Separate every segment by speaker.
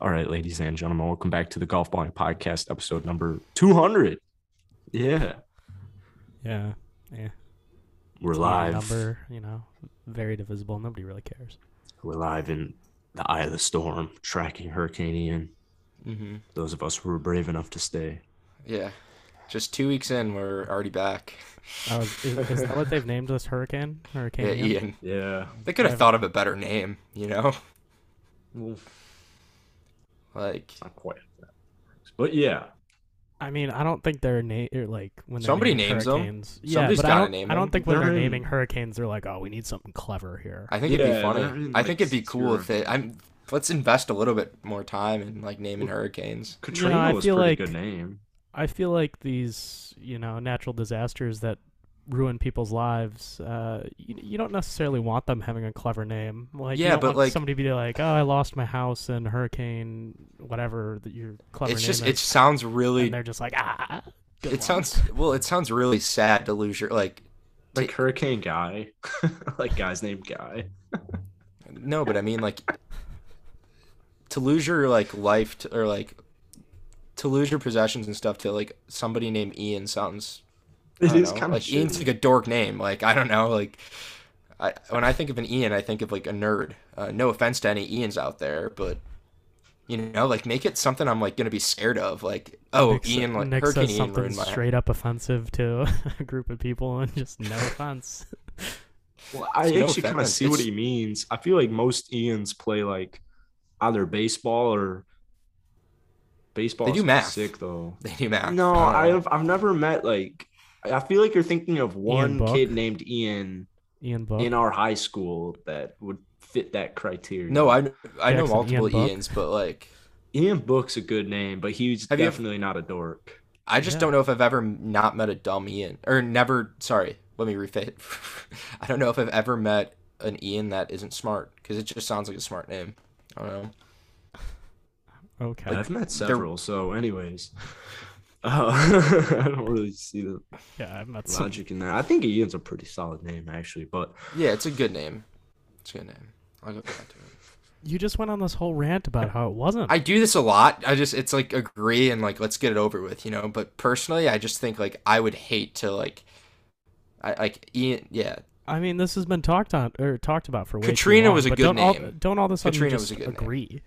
Speaker 1: All right, ladies and gentlemen, welcome back to the Golf Balling Podcast, episode number 200. Yeah,
Speaker 2: Yeah. Yeah.
Speaker 1: we're
Speaker 2: It's not a
Speaker 1: live.
Speaker 2: Number, you know, very divisible. Nobody really cares.
Speaker 1: We're live in the eye of the storm, tracking Hurricane Ian.
Speaker 3: Mm-hmm.
Speaker 1: Those of us who were brave enough to stay.
Speaker 3: Yeah. Just two weeks in, we're already back.
Speaker 2: Oh, is, is, is that what they've named this hurricane? Hurricane.
Speaker 3: Yeah,
Speaker 2: Ian?
Speaker 3: Ian.
Speaker 1: Yeah.
Speaker 3: They could have thought of a better name, you know? Like,
Speaker 1: not quite. But yeah,
Speaker 2: I mean, I don't think they're na- or, like when they're
Speaker 3: Somebody
Speaker 2: naming
Speaker 3: names 'em.
Speaker 2: hurricanes. Yeah,
Speaker 3: Somebody's
Speaker 2: but I
Speaker 3: gotta
Speaker 2: don't,
Speaker 3: name
Speaker 2: I don't
Speaker 3: 'em.
Speaker 2: think when
Speaker 1: They're
Speaker 2: they're,
Speaker 1: in-
Speaker 2: naming hurricanes, they're like, oh, we need something clever here.
Speaker 3: I think it'd
Speaker 1: Yeah,
Speaker 3: be
Speaker 1: they're
Speaker 3: funny.
Speaker 1: in,
Speaker 3: I think
Speaker 1: like,
Speaker 3: it'd be cool if
Speaker 1: zero.
Speaker 3: they. I'm. Let's invest a little bit more time in like naming hurricanes.
Speaker 1: Katrina
Speaker 2: I
Speaker 1: was a
Speaker 2: feel
Speaker 1: pretty
Speaker 2: like-
Speaker 1: good name.
Speaker 2: I feel like these, you know, natural disasters that ruin people's lives. Uh, you, you don't necessarily want them having a clever name. Like, you
Speaker 3: Yeah,
Speaker 2: don't
Speaker 3: but,
Speaker 2: want
Speaker 3: like-
Speaker 2: somebody to be like, oh, I lost my house in hurricane, whatever that your clever
Speaker 3: it's
Speaker 2: name
Speaker 3: just.
Speaker 2: is.
Speaker 3: It sounds really.
Speaker 2: and they're just like, ah.
Speaker 3: It sounds well. It sounds really sad to lose your like.
Speaker 1: Like Hurricane Guy. like guy's named Guy.
Speaker 3: No, but I mean like. To lose your like life to, or like. To lose your possessions and stuff to like somebody named Ian sounds
Speaker 1: It
Speaker 3: I don't
Speaker 1: is
Speaker 3: know,
Speaker 1: kind
Speaker 3: like
Speaker 1: of
Speaker 3: Ian's like a dork name. Like I don't know. Like I when I think of an Ian, I think of like a nerd. Uh, no offense to any Ians out there, but you know, like make it something I'm like gonna be scared of. Like oh,
Speaker 2: Nick, sa-
Speaker 3: Ian, like
Speaker 2: Nick
Speaker 3: Hurricane
Speaker 2: says
Speaker 3: Ian
Speaker 2: something
Speaker 3: ruined my.
Speaker 2: straight up offensive to a group of people, and just no offense.
Speaker 1: Well, I
Speaker 3: It's no
Speaker 1: actually kind of
Speaker 3: offense.
Speaker 1: see what
Speaker 3: It's-
Speaker 1: he means. I feel like most Ians play like either baseball or baseball.
Speaker 3: They do
Speaker 1: is
Speaker 3: math.
Speaker 1: Sick though.
Speaker 3: They do math.
Speaker 1: No,
Speaker 3: I don't know.
Speaker 1: I've I've never met like. I feel like you're thinking of one
Speaker 2: Buck?
Speaker 1: kid named Ian
Speaker 2: Ian Book.
Speaker 1: in our high school that would fit that criteria.
Speaker 3: No, I I
Speaker 2: Jackson,
Speaker 3: know
Speaker 2: Ian
Speaker 3: multiple
Speaker 2: Buck.
Speaker 3: Ians, but like
Speaker 1: Ian Book's a good name, but he's
Speaker 3: Have you ever-
Speaker 1: definitely not a dork.
Speaker 3: I just
Speaker 2: Yeah.
Speaker 3: don't know if I've ever not met a dumb Ian or never. Sorry, let me refit. I don't know if I've ever met an Ian that isn't smart because it just sounds like a smart name. I don't know.
Speaker 2: okay.
Speaker 1: I've met several, so anyways. Uh, I don't really see the
Speaker 2: yeah, I'm not. Some,
Speaker 1: logic in that. I think Ian's a pretty solid name actually, but
Speaker 3: Yeah, it's a good name. It's a good name. I'll go back to it.
Speaker 2: you just went on this whole rant about how it wasn't.
Speaker 3: I do this a lot. I just it's like agree and like let's get it over with, you know. But personally, I just think like I would hate to like, I like Ian. Yeah,
Speaker 2: I mean, this has been talked on or talked about for way too
Speaker 3: Katrina
Speaker 2: long,
Speaker 3: was a
Speaker 2: but
Speaker 3: good
Speaker 2: don't all-
Speaker 3: name.
Speaker 2: don't all of a sudden
Speaker 3: Katrina
Speaker 2: just
Speaker 3: was a good name.
Speaker 2: agree.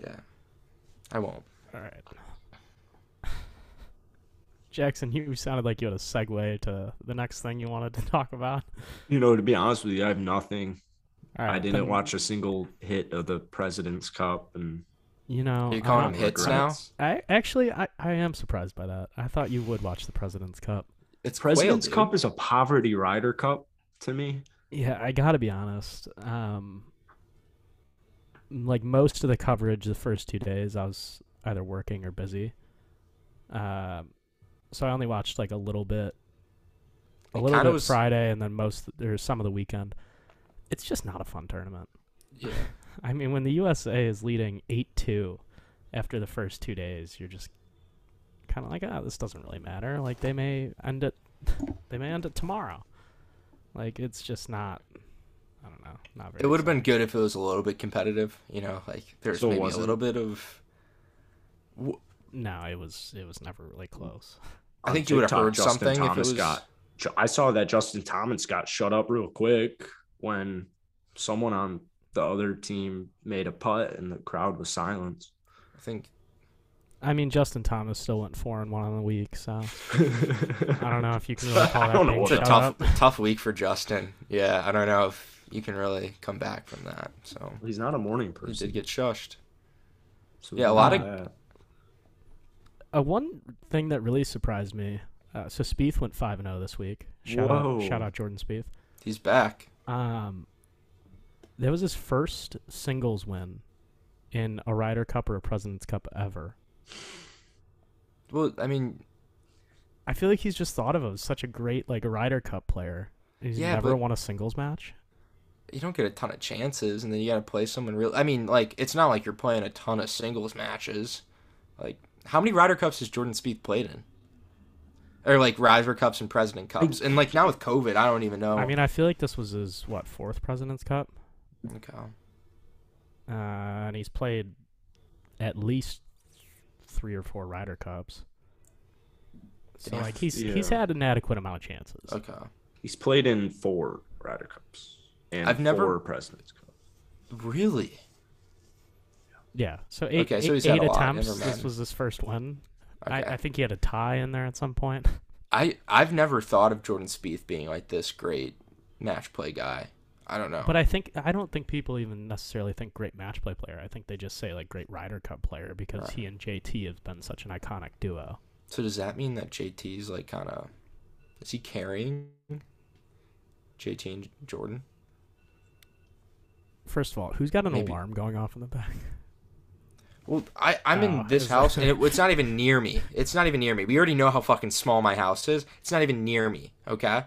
Speaker 3: yeah. I won't.
Speaker 2: All right. Jackson, you sounded like you had a segue to the next thing you wanted to talk about.
Speaker 1: you know, to be honest with you, I have nothing.
Speaker 2: All right,
Speaker 1: I didn't
Speaker 2: then,
Speaker 1: watch a single hit of the President's Cup, and
Speaker 2: You know,
Speaker 3: Are you
Speaker 2: I
Speaker 3: calling
Speaker 2: don't-
Speaker 3: him hits now?
Speaker 1: regrets.
Speaker 2: I actually, I, I am surprised by that. I thought you would watch the President's Cup.
Speaker 3: It's
Speaker 1: President's
Speaker 3: whale, dude.
Speaker 1: Cup is a poverty rider cup to me.
Speaker 2: Yeah, I gotta be honest. Um, like most of the coverage the first two days, I was either working or busy. Um, so I only watched like a little bit, a
Speaker 3: It
Speaker 2: little
Speaker 3: kinda
Speaker 2: bit
Speaker 3: was-
Speaker 2: Friday, and then most or some of the weekend. It's just not a fun tournament.
Speaker 3: Yeah.
Speaker 2: I mean, when the USA is leading eight two after the first two days, you're just kind of like, ah, this doesn't really matter. Like they may end it, they may end it tomorrow. Like it's just not. I don't know. Not very.
Speaker 3: It would have been good if it was a little bit competitive, you know. Like there's
Speaker 1: So
Speaker 3: maybe
Speaker 1: was it?
Speaker 3: a little bit of. w-
Speaker 2: exciting. No, it was. It was never really close.
Speaker 3: I
Speaker 1: On
Speaker 3: think you would have
Speaker 1: TikTok,
Speaker 3: heard
Speaker 1: Justin
Speaker 3: something if it
Speaker 1: Thomas
Speaker 3: was.
Speaker 1: got- Ju- I saw that Justin Thomas got shut up real quick when someone on the other team made a putt, and the crowd was silent.
Speaker 3: I think
Speaker 2: I mean, Justin Thomas still went four and one on the week, so I
Speaker 1: I
Speaker 2: don't know if you can really call
Speaker 1: I
Speaker 2: that.
Speaker 1: don't know
Speaker 2: being
Speaker 1: what
Speaker 3: it's a
Speaker 2: shut
Speaker 3: tough,
Speaker 2: up.
Speaker 3: tough week for Justin. Yeah, I don't know if you can really come back from that. So
Speaker 1: He's not a morning
Speaker 3: he
Speaker 1: person.
Speaker 3: did get shushed.
Speaker 1: so
Speaker 3: yeah, a lot of-
Speaker 1: that.
Speaker 2: Uh, one thing that really surprised me. Uh, so Spieth went five and zero this week. Shout
Speaker 1: Whoa.
Speaker 2: out! Shout out Jordan Spieth.
Speaker 3: He's back.
Speaker 2: Um, that was his first singles win in a Ryder Cup or a President's Cup ever.
Speaker 3: Well, I mean,
Speaker 2: I feel like he's just thought of him as such a great like Ryder Cup player. He's
Speaker 3: Yeah,
Speaker 2: never
Speaker 3: but-
Speaker 2: won a singles match.
Speaker 3: you don't get a ton of chances, and then you got to play someone real. I mean, like it's not like you're playing a ton of singles matches. Like, how many Ryder Cups has Jordan Spieth played in? Or like Ryder Cups and President Cups, and like now with COVID, I don't even know.
Speaker 2: I mean, I feel like this was his what fourth President's Cup,
Speaker 3: Okay.
Speaker 2: uh, and he's played at least three or four Ryder Cups. So
Speaker 3: Damn.
Speaker 2: like he's he's
Speaker 1: Yeah.
Speaker 2: had an adequate amount of chances.
Speaker 3: Okay.
Speaker 1: He's played in four Ryder Cups and
Speaker 3: I've never-
Speaker 1: four Presidents Cups.
Speaker 3: Really?
Speaker 2: Yeah. So eight
Speaker 3: Okay, so
Speaker 2: eight-
Speaker 3: he's had
Speaker 2: eight
Speaker 3: a lot,
Speaker 2: attempts.
Speaker 3: never
Speaker 2: This
Speaker 3: mind.
Speaker 2: was his first one.
Speaker 3: Okay.
Speaker 2: I, I think he had a tie in there at some point.
Speaker 3: I I've never thought of Jordan Spieth being like this great match play guy. I don't know.
Speaker 2: But I think I don't think people even necessarily think great match play player. I think they just say like great Ryder Cup player because
Speaker 3: Right.
Speaker 2: he and JT have been such an iconic duo.
Speaker 3: so does that mean that JT's like kind of is he carrying JT and Jordan?
Speaker 2: First of all, who's got an
Speaker 3: Maybe.
Speaker 2: alarm going off in the back?
Speaker 3: Well, I I'm
Speaker 2: Oh,
Speaker 3: in this
Speaker 2: is
Speaker 3: house
Speaker 2: that-
Speaker 3: and it, it's not even near me. It's not even near me. We already know how fucking small my house is. It's not even near me. Okay,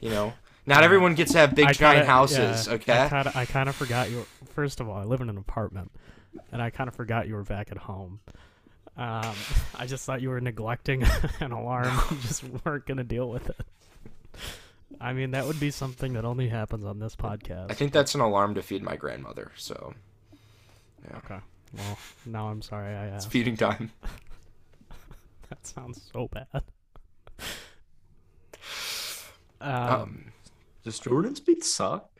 Speaker 3: you know. Not everyone gets to have big
Speaker 2: I
Speaker 3: giant
Speaker 2: kinda-
Speaker 3: houses,
Speaker 2: yeah,
Speaker 3: okay?
Speaker 2: I kind of I kind of forgot you. were- First of all, I live in an apartment, and I kind of forgot you were back at home. Um, I just thought you were neglecting an alarm. you just weren't gonna deal with it. I mean, that would be something that only happens on this podcast.
Speaker 3: I think that's an alarm to feed my grandmother. So
Speaker 2: Okay. Well, now I'm sorry. I
Speaker 3: it's
Speaker 2: asked.
Speaker 3: feeding time.
Speaker 2: That sounds so bad.
Speaker 3: Um,
Speaker 2: Um,
Speaker 1: Does Jordan Speed suck?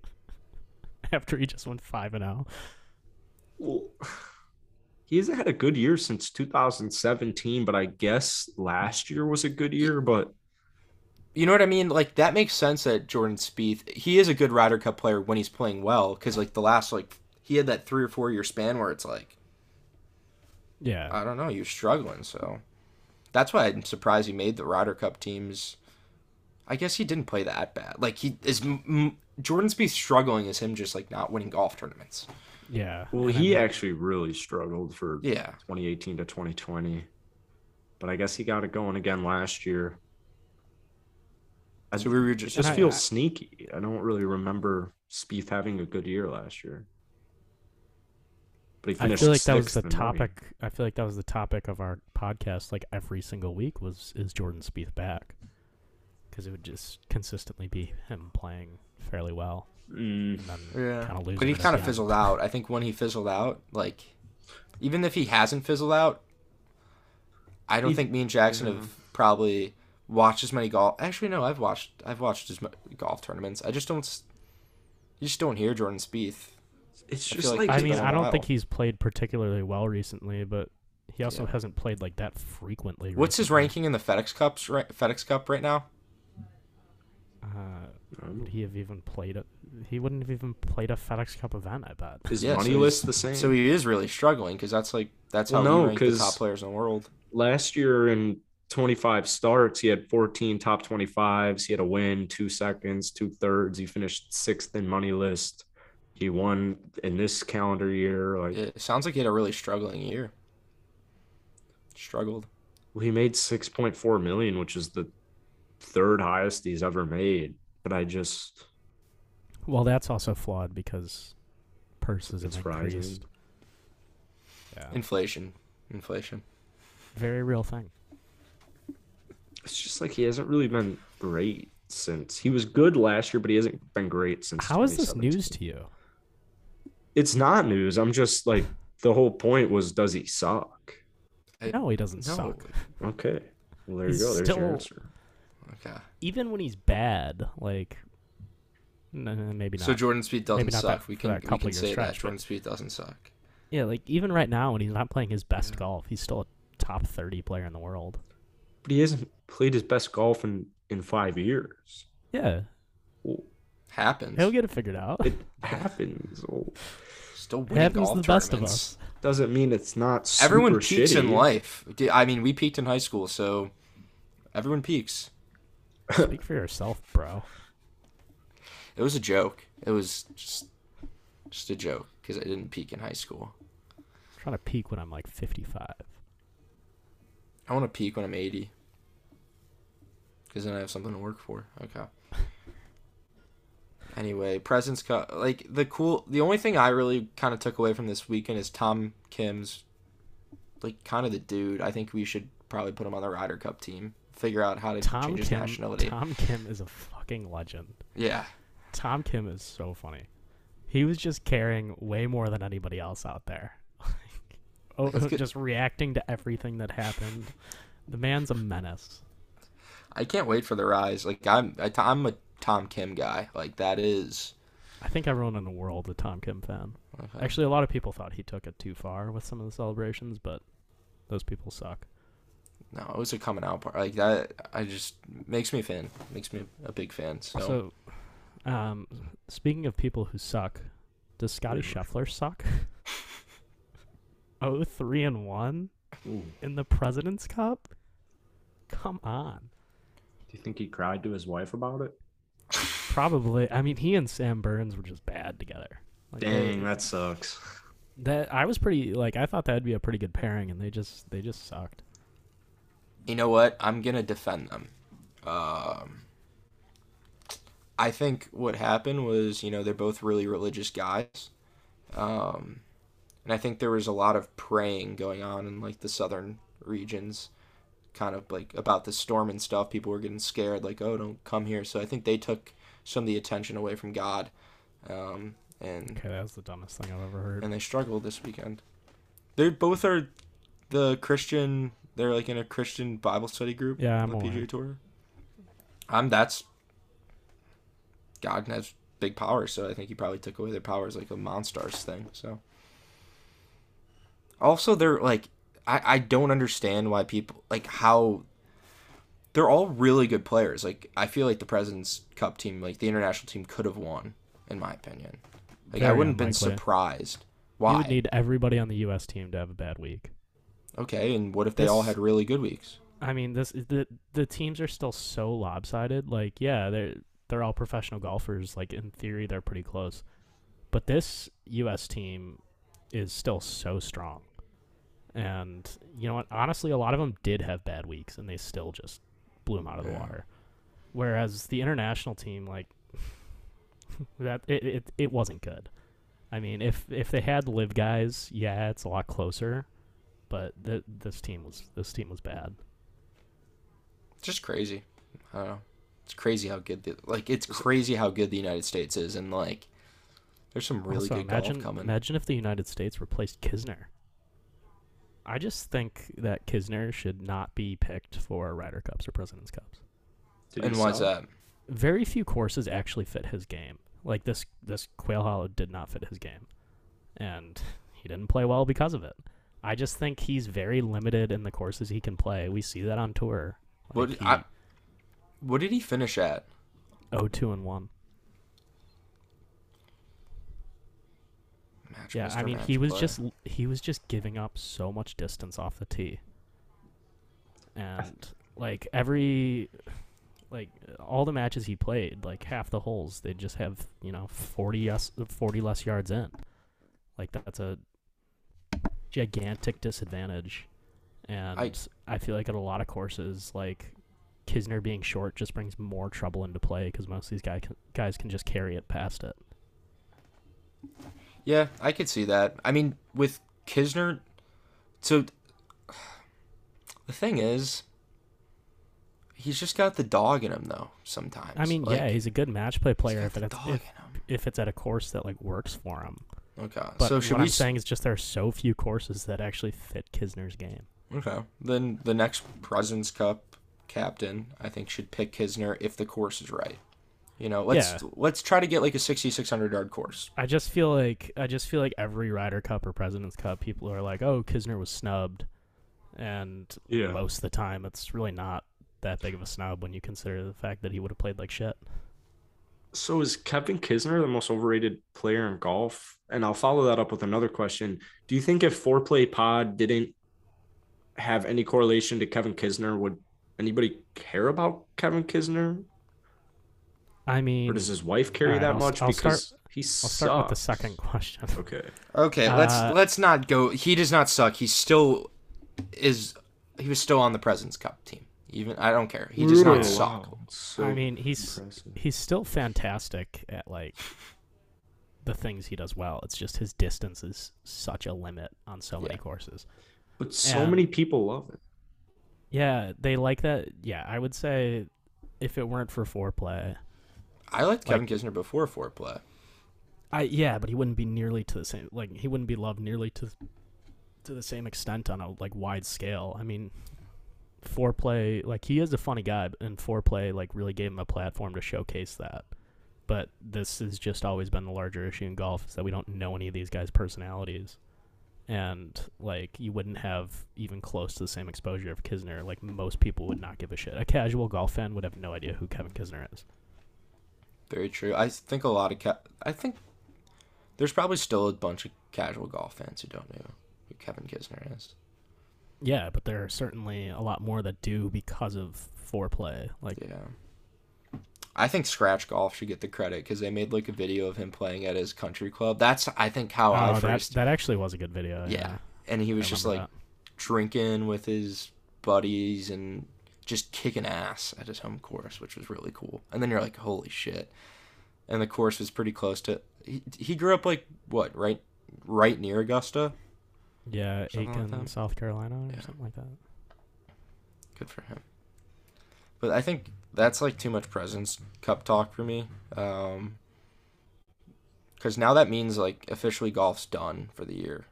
Speaker 2: after he just went five and oh. zero.
Speaker 1: Well, he hasn't had a good year since 2017, but I guess last year was a good year. But
Speaker 3: you know what I mean? Like that makes sense that Jordan Spieth, he is a good Ryder Cup player when he's playing well, because like the last like he had that three or four year span where it's like
Speaker 2: Yeah.
Speaker 3: I don't know, you're struggling. So that's why I'm surprised he made the Ryder Cup teams. I guess he didn't play that bad. Like he is m- m- Jordan Spieth struggling is him just like not winning golf tournaments.
Speaker 2: yeah.
Speaker 1: well,
Speaker 2: and I
Speaker 1: he
Speaker 2: mean-
Speaker 1: actually really struggled for
Speaker 3: Yeah,
Speaker 1: 2018 to 2020. But I guess he got it going again last year. I
Speaker 3: so we were
Speaker 1: It
Speaker 3: just,
Speaker 1: just
Speaker 2: I-
Speaker 1: feels sneaky. I don't really remember Spieth having a good year last year. But he
Speaker 2: I
Speaker 1: finished
Speaker 2: feel like that was
Speaker 1: sixth
Speaker 2: the
Speaker 1: in running.
Speaker 2: topic. I feel like that was the topic of our podcast. Like every single week was is Jordan Spieth back? Because it would just consistently be him playing fairly well
Speaker 1: Mm,
Speaker 2: and then
Speaker 3: yeah.
Speaker 2: kind of losing.
Speaker 3: But he
Speaker 2: it at
Speaker 3: kind
Speaker 2: the
Speaker 3: of
Speaker 2: end.
Speaker 3: fizzled out. I think when he fizzled out, like, even if he hasn't fizzled out, I don't
Speaker 1: He-
Speaker 3: think me and Jackson
Speaker 1: yeah.
Speaker 3: have probably watched as many golf. Actually, no, I've watched. I've watched as much golf tournaments. I just don't. s- You just don't hear Jordan Spieth.
Speaker 1: it's
Speaker 3: I feel
Speaker 1: just
Speaker 3: like
Speaker 1: like,
Speaker 2: I
Speaker 3: he's
Speaker 2: mean,
Speaker 3: been a
Speaker 2: I don't
Speaker 3: while.
Speaker 2: think he's played particularly well recently, but he also
Speaker 3: Yeah.
Speaker 2: hasn't played like that frequently.
Speaker 3: What's his
Speaker 2: recently.
Speaker 3: ranking in the FedEx Cups? Right, FedEx Cup right now.
Speaker 2: Uh,
Speaker 1: um,
Speaker 2: would he have even played a? He wouldn't have even played a FedEx Cup event. I bet.
Speaker 1: his
Speaker 3: Yeah, so
Speaker 1: money
Speaker 3: he's-
Speaker 1: list the same.
Speaker 3: So he is really struggling because that's like that's how
Speaker 1: Well,
Speaker 3: we
Speaker 1: no,
Speaker 3: rank the
Speaker 1: 'cause-
Speaker 3: top players in the world.
Speaker 1: last year in 25 starts, he had 14 top 25s. He had a win, two seconds, two thirds. He finished sixth in money list. He won in this calendar year. Like
Speaker 3: It sounds like he had a really struggling year. Struggled.
Speaker 1: Well, he made 6.4 million, which is the third highest he's ever made. But I just,
Speaker 2: Well, that's also flawed because purses
Speaker 1: it's
Speaker 2: have
Speaker 1: rising.
Speaker 2: increased. Yeah.
Speaker 3: Inflation. Inflation.
Speaker 2: Very real thing.
Speaker 1: It's just like he hasn't really been great since he was good last year, but he hasn't been great since.
Speaker 2: How is this
Speaker 1: 2017.
Speaker 2: news to you?
Speaker 1: It's not news. I'm just like, the whole point was does he suck?
Speaker 3: It-
Speaker 2: No, he doesn't
Speaker 3: No.
Speaker 2: suck.
Speaker 1: Okay. Well, there
Speaker 2: He's
Speaker 1: you go. There's
Speaker 2: still-
Speaker 1: your answer.
Speaker 3: Okay.
Speaker 2: Even when he's bad, like, no, no, maybe not.
Speaker 3: So Jordan Speed doesn't
Speaker 2: not
Speaker 3: suck.
Speaker 2: that-
Speaker 3: we
Speaker 2: for
Speaker 3: can,
Speaker 2: that
Speaker 3: we
Speaker 2: couple year
Speaker 3: can say that
Speaker 2: stretch, but-
Speaker 3: Jordan Speed doesn't suck.
Speaker 2: yeah, like even right now when he's not playing his best
Speaker 3: Yeah.
Speaker 2: golf, he's still a top thirty player in the world.
Speaker 1: But he hasn't played his best golf in, in five years.
Speaker 2: Yeah,
Speaker 1: Well,
Speaker 3: Happens.
Speaker 2: he'll get it figured out.
Speaker 1: it happens. Well,
Speaker 3: Still
Speaker 2: It
Speaker 3: winning
Speaker 2: happens to
Speaker 3: golf
Speaker 2: the best of
Speaker 3: tournaments.
Speaker 2: us.
Speaker 1: doesn't mean it's not super
Speaker 3: Everyone peaks in
Speaker 1: shitty.
Speaker 3: life. D- I mean, we peaked in high school, so everyone peaks.
Speaker 2: Speak for yourself, bro.
Speaker 3: It was a joke. It was just just a joke because I didn't peak in high school.
Speaker 2: I'm trying to peak when I'm like fifty-five.
Speaker 3: I want to peak when I'm 80 because then I have something to work for. Okay. Anyway, presents co- like the cool. The only thing I really kind of took away from this weekend is Tom Kim's, like kind of the dude. I think we should probably put him on the Ryder Cup team. Figure out how to
Speaker 2: Tom
Speaker 3: change his
Speaker 2: Kim.
Speaker 3: nationality.
Speaker 2: Tom Kim is a fucking legend.
Speaker 3: Yeah,
Speaker 2: Tom Kim is so funny. He was just carrying way more than anybody else out there. oh,
Speaker 3: Let's get-
Speaker 2: just reacting to everything that happened. The man's a menace.
Speaker 3: I can't wait for the rise. Like I'm, I, I'm a Tom Kim guy. Like that is.
Speaker 2: I think everyone in the world a Tom Kim fan. Actually, a lot of people thought he took it too far with some of the celebrations, but those people suck.
Speaker 3: No, it was a coming out part. Like that, I just makes me a fan. Makes me a big fan. So,
Speaker 2: So, um, speaking of people who suck, does Scotty Scheffler suck? oh, three and one
Speaker 1: Ooh.
Speaker 2: in the President's Cup. Come on.
Speaker 1: Do you think he cried to his wife about it?
Speaker 2: Probably. I mean, he and Sam Burns were just bad together. Like, they-
Speaker 1: Dang, that sucks.
Speaker 2: That I was pretty like I thought that'd be a pretty good pairing, and they just they just sucked.
Speaker 3: you know what? I'm gonna defend them. Um, I think what happened was, you know, they're both really religious guys, um, and I think there was a lot of praying going on in like the southern regions, kind of like about the storm and stuff. People were getting scared, like, oh, don't come here. So I think they took some of the attention away from God, um, and
Speaker 2: Okay, that was the dumbest thing I've ever heard.
Speaker 3: and they struggled this weekend. They both are the Christian. They're like in a Christian Bible study group
Speaker 2: Yeah,
Speaker 3: on
Speaker 2: I'm
Speaker 3: the PGA
Speaker 2: aware.
Speaker 3: Tour. I'm that's God has big power, so I think he probably took away their powers like a Monstars thing. So also they're like I I don't understand why people like how they're all really good players. Like I feel like the President's Cup team, like the international team, could have won in my opinion. Like I
Speaker 2: Very
Speaker 3: wouldn't have been
Speaker 2: unlikely.
Speaker 3: surprised.
Speaker 2: You
Speaker 3: Why?
Speaker 2: would need everybody on the U.S. team to have a bad week.
Speaker 3: okay, and what if they all
Speaker 2: This-
Speaker 3: had really good weeks?
Speaker 2: I mean, this the the teams are still so lopsided. Like, yeah, they're they're all professional golfers. Like in theory, they're pretty close, but this U.S. team is still so strong. And you know what? Honestly, a lot of them did have bad weeks, and they still just blew them out of the
Speaker 3: Yeah.
Speaker 2: water. Whereas the international team, like that, it, it it wasn't good. I mean, if if they had live guys, yeah, it's a lot closer. But th- this team was this team was bad.
Speaker 3: It's just crazy. I don't know. It's crazy how good the like it's crazy how good the United States is, and like there's some really
Speaker 2: also,
Speaker 3: good
Speaker 2: imagine,
Speaker 3: golf coming.
Speaker 2: Imagine if the United States replaced Kisner. I just think that Kisner should not be picked for Ryder Cups or President's Cups.
Speaker 1: Did he
Speaker 3: and why's
Speaker 1: suck?
Speaker 3: that?
Speaker 2: Very few courses actually fit his game. Like this, this Quail Hollow did not fit his game, and he didn't play well because of it. I just think he's very limited in the courses he can play. We see that on tour.
Speaker 3: What
Speaker 2: Like,
Speaker 3: did- I- What did he finish at?
Speaker 2: he, 0-2 and one.
Speaker 3: Match
Speaker 2: Yeah, I
Speaker 3: Mr.
Speaker 2: mean
Speaker 3: Match
Speaker 2: he was
Speaker 3: play.
Speaker 2: just he was just giving up so much distance off the tee. And like every like all the matches he played, like half the holes they just have, you know, 40 us 40 less yards in. Like that's a gigantic disadvantage. And I, feel like at a lot of courses like Kisner being short just brings more trouble into play because most of these guy can, guys can just carry it past it.
Speaker 3: Yeah, I could see that. I mean, with Kisner, so the thing is, he's just got the dog in him though. Sometimes.
Speaker 2: I mean,
Speaker 3: Like,
Speaker 2: yeah, he's a good match play
Speaker 3: he's
Speaker 2: player
Speaker 3: got
Speaker 2: if,
Speaker 3: the
Speaker 2: it's,
Speaker 3: dog in
Speaker 2: if
Speaker 3: him.
Speaker 2: if it's at a course that like works for him.
Speaker 3: Okay.
Speaker 2: But
Speaker 3: so should
Speaker 2: what
Speaker 3: we
Speaker 2: I'm
Speaker 3: s-
Speaker 2: saying is just there are so few courses that actually fit Kisner's game.
Speaker 3: Okay. Then the next President's Cup captain, I think, should pick Kisner if the course is right. You know, let's
Speaker 2: Yeah.
Speaker 3: let's try to get like a 6600 yard course.
Speaker 2: I just feel like I just feel like every Ryder Cup or President's Cup, people are like, "Oh, Kisner was snubbed," and
Speaker 1: Yeah.
Speaker 2: most of the time, it's really not that big of a snub when you consider the fact that he would have played like shit.
Speaker 1: So is Kevin Kisner the most overrated player in golf? And I'll follow that up with another question. Do you think if foreplay pod didn't have any correlation to Kevin Kisner, would anybody care about Kevin Kisner?
Speaker 2: I mean,
Speaker 1: Or does his wife carry
Speaker 2: Alright,
Speaker 1: that
Speaker 2: I'll-
Speaker 1: much?
Speaker 2: I'll start-
Speaker 1: because he
Speaker 2: I'll start with the
Speaker 1: sucks.
Speaker 2: second question.
Speaker 1: Okay.
Speaker 3: Okay, let's
Speaker 2: Uh,
Speaker 3: let's not go. He does not suck. He still is. He was still on the President's Cup team. Even I don't care. He does
Speaker 1: Oh,
Speaker 3: not
Speaker 1: wow.
Speaker 3: suck.
Speaker 1: So
Speaker 2: I mean, he's
Speaker 1: impressive.
Speaker 2: he's still fantastic at like the things he does well. It's just his distance is such a limit on so many
Speaker 3: Yeah.
Speaker 2: courses.
Speaker 1: but so
Speaker 2: and-
Speaker 1: many people love it.
Speaker 2: Yeah, they like that. Yeah, I would say if it weren't for foreplay,
Speaker 3: I liked Kevin Kisner before foreplay.
Speaker 2: I yeah, but he wouldn't be nearly to the same. Like he wouldn't be loved nearly to to the same extent on a like wide scale. I mean, foreplay like he is a funny guy, but- and foreplay like really gave him a platform to showcase that. But this has just always been the larger issue in golf is that we don't know any of these guys' personalities, and like you wouldn't have even close to the same exposure of Kisner. Like most people would not give a shit. A casual golf fan would have no idea who Kevin Kisner is.
Speaker 3: Very true. I think a lot of ca- I think there's probably still a bunch of casual golf fans who don't know who Kevin Kisner is.
Speaker 2: Yeah, but there are certainly a lot more that do because of foreplay. Like
Speaker 3: Yeah. I think Scratch Golf should get the credit because they made like a video of him playing at his country club. That's I think how I
Speaker 2: oh, that,
Speaker 3: first.
Speaker 2: that actually was a good video.
Speaker 3: yeah. and he was
Speaker 2: I
Speaker 3: just like
Speaker 2: remember
Speaker 3: drinking with his buddies and just kicking ass at his home course, which was really cool. And then you're like, holy shit! And the course was pretty close to. He, he grew up like what right right near Augusta.
Speaker 2: that. yeah,
Speaker 3: something like
Speaker 2: Aiken,
Speaker 3: that.
Speaker 2: South Carolina, or
Speaker 3: Yeah.
Speaker 2: something like that.
Speaker 3: Good for him. But I think that's like too much presence cup talk for me. Um 'cause because now that means like officially golf's done for the year.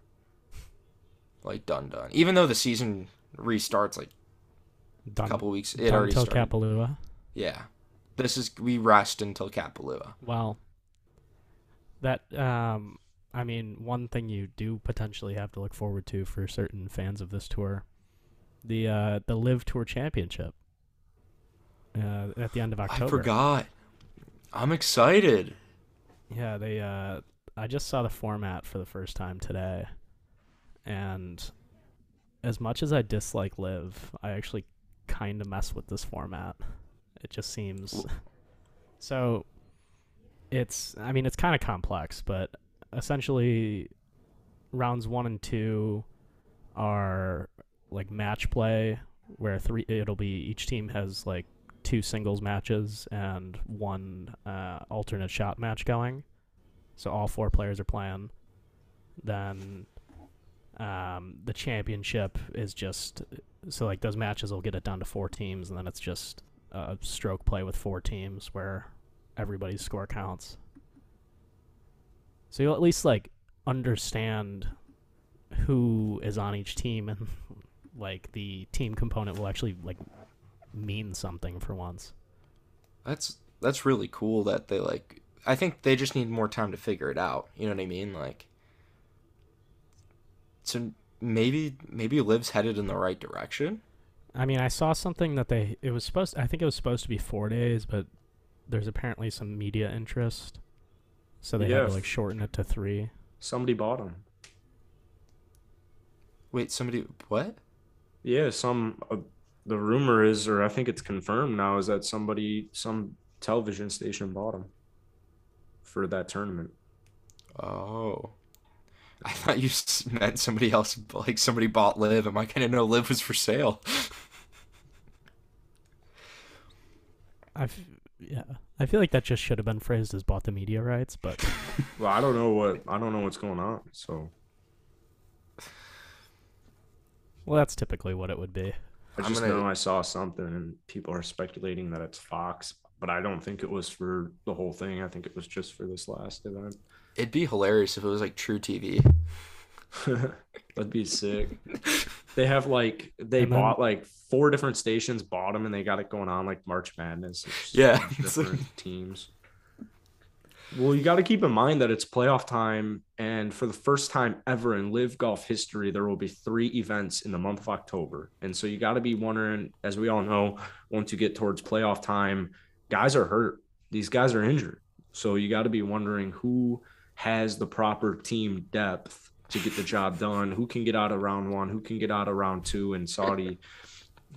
Speaker 3: Like done, done. Even though the season restarts like a
Speaker 2: Done.
Speaker 3: couple weeks, it
Speaker 2: Um, done
Speaker 3: already
Speaker 2: till
Speaker 3: started.
Speaker 2: Kapalua.
Speaker 3: Yeah. This is we rest until Kapalua.
Speaker 2: Well, that um, I mean, one thing you do potentially have to look forward to for certain fans of this tour, the uh, the Live Tour Championship. Uh, at the end of October.
Speaker 3: I forgot. I'm excited.
Speaker 2: Yeah, they. Uh, I just saw the format for the first time today, and as much as I dislike live, I actually kind of mess with this format. It just seems so. It's. I mean, it's kind of complex, but essentially, rounds one and two are like match play, where three. It'll be each team has like two singles matches and one uh, alternate shot match going. So all four players are playing. Then um, the championship is just so like those matches will get it down to four teams, and then it's just a stroke play with four teams where everybody's score counts. So you'll at least like understand who is on each team, and like the team component will actually like mean something for once.
Speaker 3: That's that's really cool that they like I think they just need more time to figure it out. You know what I mean? Like so maybe maybe Liv's headed in the right direction.
Speaker 2: I mean, I saw something that they it was supposed I think it was supposed to be 4 days, but there's apparently some media interest. So they had
Speaker 1: Yeah.
Speaker 2: to like shorten it to 3.
Speaker 1: Somebody bought him.
Speaker 3: Wait, somebody what?
Speaker 1: Yeah, some uh, the rumor is, or I think it's confirmed now, is that somebody, some television station bought him for that tournament.
Speaker 3: Oh. I thought you s- meant somebody else like somebody bought Liv. Am I gonna know Liv was for sale?
Speaker 2: I f- yeah. I feel like that just should have been phrased as bought the media rights, but
Speaker 1: Well, I don't know what I don't know what's going on. So
Speaker 2: well that's typically what it would be.
Speaker 1: I
Speaker 3: I'm
Speaker 1: just
Speaker 3: gonna-
Speaker 1: know I saw something, and people are speculating that it's Fox, but I don't think it was for the whole thing. I think it was just for this last event.
Speaker 3: It'd be hilarious if it was like True TV.
Speaker 1: That'd be sick. They have like they
Speaker 2: And then-
Speaker 1: bought like four different stations, bought them, and they got it going on like March Madness. It's just
Speaker 3: Yeah,
Speaker 1: a bunch of
Speaker 3: it's like-
Speaker 1: different teams. Well, you got to keep in mind that it's playoff time, and for the first time ever in live golf history, there will be three events in the month of October. And so you got to be wondering, as we all know, once you get towards playoff time, guys are hurt. These guys are injured. So you got to be wondering who has the proper team depth to get the job done, who can get out of round one, who can get out of round two, and Saudi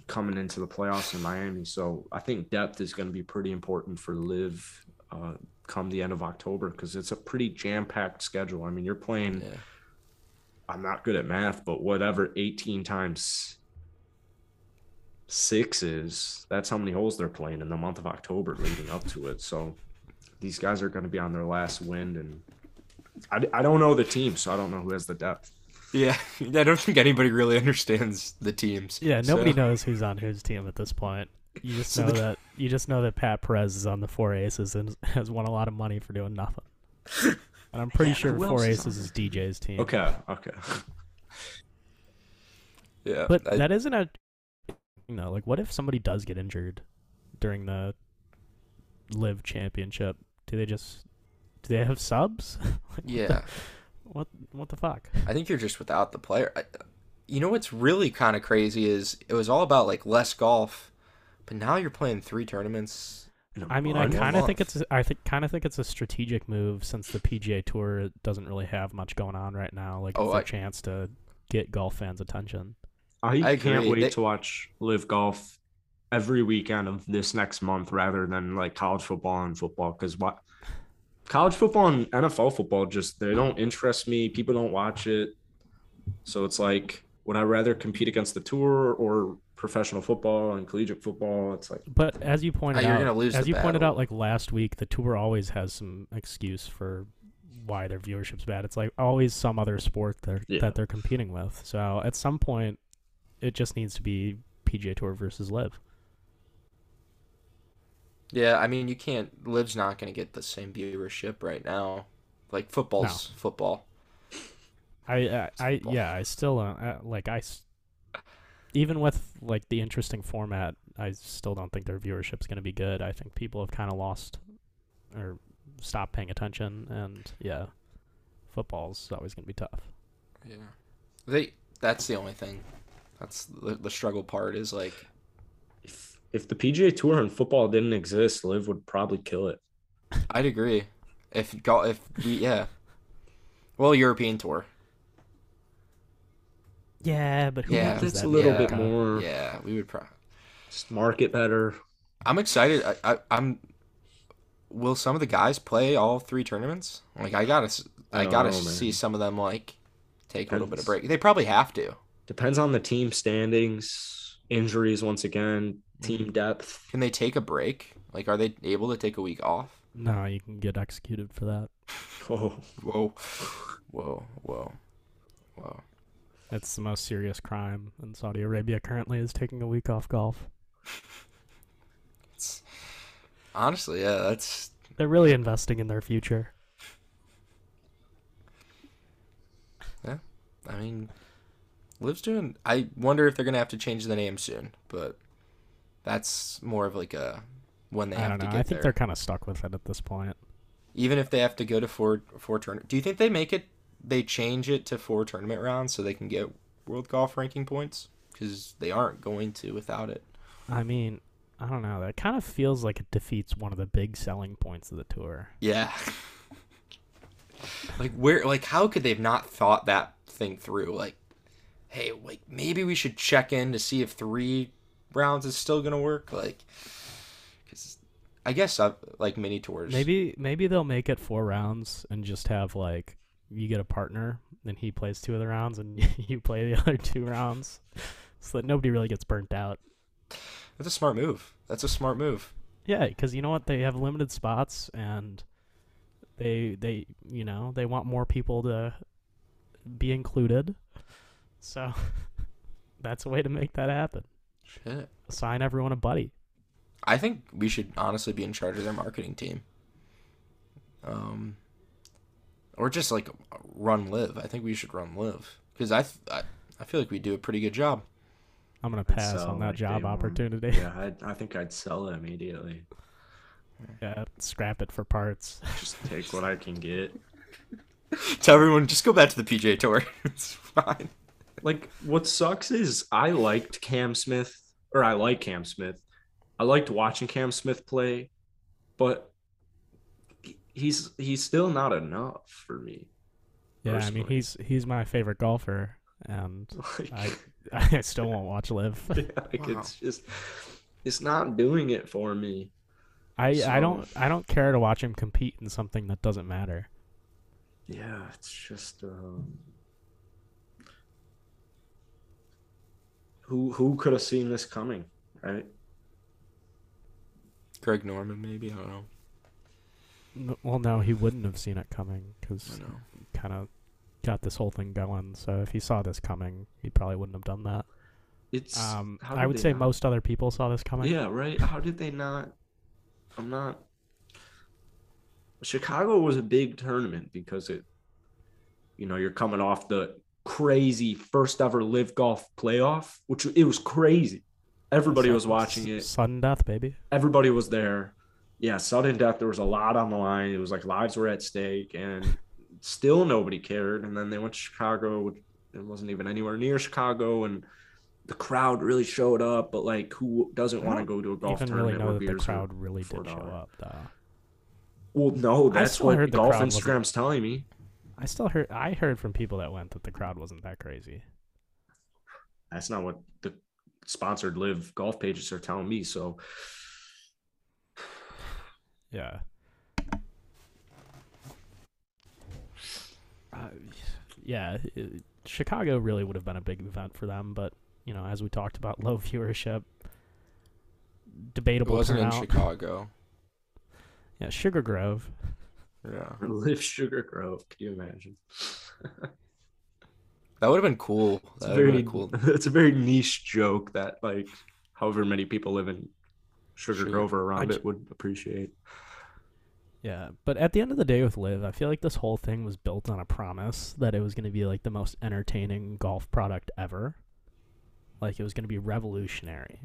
Speaker 1: coming into the playoffs in Miami. So I think depth is going to be pretty important for live uh, come the end of October because it's a pretty jam packed schedule. I mean, you're playing.
Speaker 3: Yeah.
Speaker 1: I'm not good at math, but whatever 18 times six is, that's how many holes they're playing in the month of October leading up to it. So these guys are going to be on their last wind. And I, I don't know the team, so I don't know who has the depth.
Speaker 3: Yeah, I don't think anybody really understands the teams.
Speaker 2: Yeah, nobody
Speaker 3: so-
Speaker 2: knows who's on whose team at this point. You just
Speaker 3: So
Speaker 2: know
Speaker 3: the-
Speaker 2: that you just know that Pat Perez is on the four aces and has won a lot of money for doing nothing. And I'm pretty
Speaker 1: Yeah,
Speaker 2: sure
Speaker 1: who else
Speaker 2: four
Speaker 1: is on
Speaker 2: aces is DJ's team.
Speaker 1: Okay. Okay.
Speaker 3: Yeah,
Speaker 2: But
Speaker 3: I-
Speaker 2: that isn't a you know, like what if somebody does get injured during the live championship? Do they just do they have subs? Like, what the-
Speaker 3: yeah.
Speaker 2: what what the fuck?
Speaker 3: I think you're just without the player. I, you know what's really kind of crazy is it was all about like less golf, but now you're playing three tournaments.
Speaker 1: In a
Speaker 2: I mean, I
Speaker 1: month?
Speaker 3: One
Speaker 2: kind of think
Speaker 3: month.
Speaker 2: it's I think kind of think it's a strategic move since the PGA Tour doesn't really have much going on right now. Like
Speaker 3: Oh,
Speaker 2: it's a
Speaker 3: I-
Speaker 2: chance to get golf fans' attention.
Speaker 1: I,
Speaker 3: I
Speaker 1: can't
Speaker 3: agree.
Speaker 1: wait
Speaker 3: They-
Speaker 1: to watch live golf every weekend of this next month rather than like college football and football because what college football and NFL football just they don't interest me. People don't watch it. So it's like would I rather compete against the tour or professional football and collegiate football? It's like
Speaker 2: But as you pointed
Speaker 3: Oh, you're
Speaker 2: out,
Speaker 3: gonna lose
Speaker 2: as
Speaker 3: the
Speaker 2: you pointed
Speaker 3: battle.
Speaker 2: out, like last week, the tour always has some excuse for why their viewership's bad. It's like always some other sport they're,
Speaker 1: Yeah.
Speaker 2: that they're competing with. So at some point, it just needs to be PGA Tour versus Live.
Speaker 3: Yeah, I mean you can't. Liv's not going to get the same viewership right now. Like football's football.
Speaker 2: I, I, I
Speaker 3: Simple.
Speaker 2: yeah, I still uh, uh, like I, s- even with like the interesting format, I still don't think their viewership's going to be good. I think people have kind of lost or stopped paying attention, and yeah, football's always going to be tough.
Speaker 3: Yeah, they. That's the only thing. That's the, the struggle part is like
Speaker 1: if if the PGA tour and football didn't exist, Live would probably kill it.
Speaker 3: I'd agree. If go if we yeah. Well, European tour.
Speaker 2: Yeah, but
Speaker 3: who Yeah, watches
Speaker 1: it's a little bit more
Speaker 3: Yeah, we would probably.
Speaker 1: just market better.
Speaker 3: I'm excited. I, I, I'm. Will some of the guys play all three tournaments? Like I gotta, s-
Speaker 1: I
Speaker 3: I
Speaker 1: don't
Speaker 3: gotta
Speaker 1: know,
Speaker 3: see
Speaker 1: man.
Speaker 3: some of them like take a little bit of
Speaker 1: Depends.
Speaker 3: break. They probably have to.
Speaker 1: Depends on the team standings, injuries once again, team depth.
Speaker 3: Can they take a break? Like, are they able to take a week off?
Speaker 2: No, you can get executed for that.
Speaker 1: Oh,
Speaker 3: Whoa, whoa, whoa, whoa.
Speaker 2: That's the most serious crime in Saudi Arabia currently is taking a week off golf.
Speaker 3: It's, honestly, yeah, that's
Speaker 2: They're really investing in their future.
Speaker 3: I mean, Liv's doing. I wonder if they're gonna have to change the name soon, but that's more of like a when they
Speaker 2: I
Speaker 3: have
Speaker 2: don't
Speaker 3: to
Speaker 2: know.
Speaker 3: get
Speaker 2: I think
Speaker 3: there.
Speaker 2: they're kind of stuck with it at this point.
Speaker 3: Even if they have to go to four four tournament, do you think they make it? They change it to four tournament rounds so they can get world golf ranking points because they aren't going to without it.
Speaker 2: I mean, I don't know. That kind of feels like it defeats one of the big selling points of the tour.
Speaker 3: Yeah. like where? Like how could they have not thought that thing through? Like, hey, like maybe we should check in to see if three rounds is still gonna work. Like, 'cause I guess uh like mini tours.
Speaker 2: Maybe maybe they'll make it four rounds and just have like you get a partner, then he plays two of the rounds and you play the other two rounds, so that nobody really gets burnt out.
Speaker 3: that's a smart move. That's a smart move.
Speaker 2: Yeah, because you know what? They have limited spots, and they they you know they want more people to be included. So that's a way to make that happen.
Speaker 3: Shit.
Speaker 2: Assign everyone a buddy.
Speaker 3: I think we should honestly be in charge of their marketing team. Um, or just like run live. I think we should run live because I, th- I I feel like we do a pretty good job.
Speaker 2: I'm gonna
Speaker 1: I'd
Speaker 2: pass
Speaker 1: sell,
Speaker 2: on that
Speaker 1: like,
Speaker 2: job
Speaker 1: day one.
Speaker 2: opportunity.
Speaker 1: yeah, I, I think I'd sell it immediately.
Speaker 2: yeah, scrap it for parts.
Speaker 1: Just take what I can get.
Speaker 3: Tell everyone just go back to the PJ tour. it's fine.
Speaker 1: Like, what sucks is I liked Cam Smith, or I like Cam Smith. I liked watching Cam Smith play, but he- he's he's still not enough for me.
Speaker 2: Yeah, I mean
Speaker 1: Personally.
Speaker 2: he's he's my favorite golfer, and
Speaker 1: Like,
Speaker 2: I I still won't watch live.
Speaker 1: like
Speaker 3: Wow.
Speaker 1: it's just it's not doing it for me.
Speaker 2: I I don't
Speaker 1: So-
Speaker 2: I don't care to watch him compete in something that doesn't matter.
Speaker 1: Yeah, it's just um, who who could have seen this coming, right?
Speaker 3: Greg Norman, maybe I don't know.
Speaker 2: N- Well, no, he wouldn't have seen it coming
Speaker 3: I
Speaker 2: because
Speaker 3: know.
Speaker 2: kind of got this whole thing going. So if he saw this coming, he probably wouldn't have done that.
Speaker 1: It's
Speaker 2: Um,
Speaker 1: how
Speaker 2: I
Speaker 1: did
Speaker 2: would
Speaker 1: they
Speaker 2: say
Speaker 1: not-
Speaker 2: most other people saw this coming.
Speaker 1: Yeah, right. How did they not? I'm not. Chicago was a big tournament because it, you know, you're coming off the crazy first ever live golf playoff, which it was crazy. Everybody was watching it.
Speaker 2: Sudden death, baby.
Speaker 1: everybody was there. Yeah, sudden death. There was a lot on the line. It was like lives were at stake, and still nobody cared. And then they went to Chicago, which it wasn't even anywhere near Chicago, and the crowd really showed up. But like, who doesn't
Speaker 2: I
Speaker 1: want to
Speaker 2: don't
Speaker 1: go to a golf
Speaker 2: Even really
Speaker 1: tournament
Speaker 2: know
Speaker 1: where
Speaker 2: that the
Speaker 1: beers are
Speaker 2: crowd really did show
Speaker 1: $4?
Speaker 2: up, though.
Speaker 1: Well, no, that's
Speaker 2: still
Speaker 1: what
Speaker 2: heard the
Speaker 1: golf
Speaker 2: crowd wasn't-
Speaker 1: Instagram's telling me.
Speaker 2: I still heard. I heard from people that went that the crowd wasn't that crazy.
Speaker 1: That's not what the sponsored live golf pages are telling me. So
Speaker 2: Yeah. Uh, yeah, it- Chicago really would have been a big event for them, but you know, as we talked about, low viewership,
Speaker 3: It
Speaker 2: debatable
Speaker 3: wasn't in
Speaker 2: turnout.
Speaker 3: Chicago.
Speaker 2: yeah, Sugar Grove.
Speaker 3: Yeah.
Speaker 1: live Sugar Grove. Can you imagine?
Speaker 3: That would have been cool.
Speaker 1: It's
Speaker 3: That
Speaker 1: a
Speaker 3: would have
Speaker 1: very
Speaker 3: been cool.
Speaker 1: it's a very niche joke that like however many people live in Sugar
Speaker 3: Sure.
Speaker 1: Grove or around
Speaker 2: I
Speaker 1: it would appreciate.
Speaker 2: Yeah, but at the end of the day with Live, I feel like this whole thing was built on a promise that it was going to be like the most entertaining golf product ever. Like it was going to be revolutionary.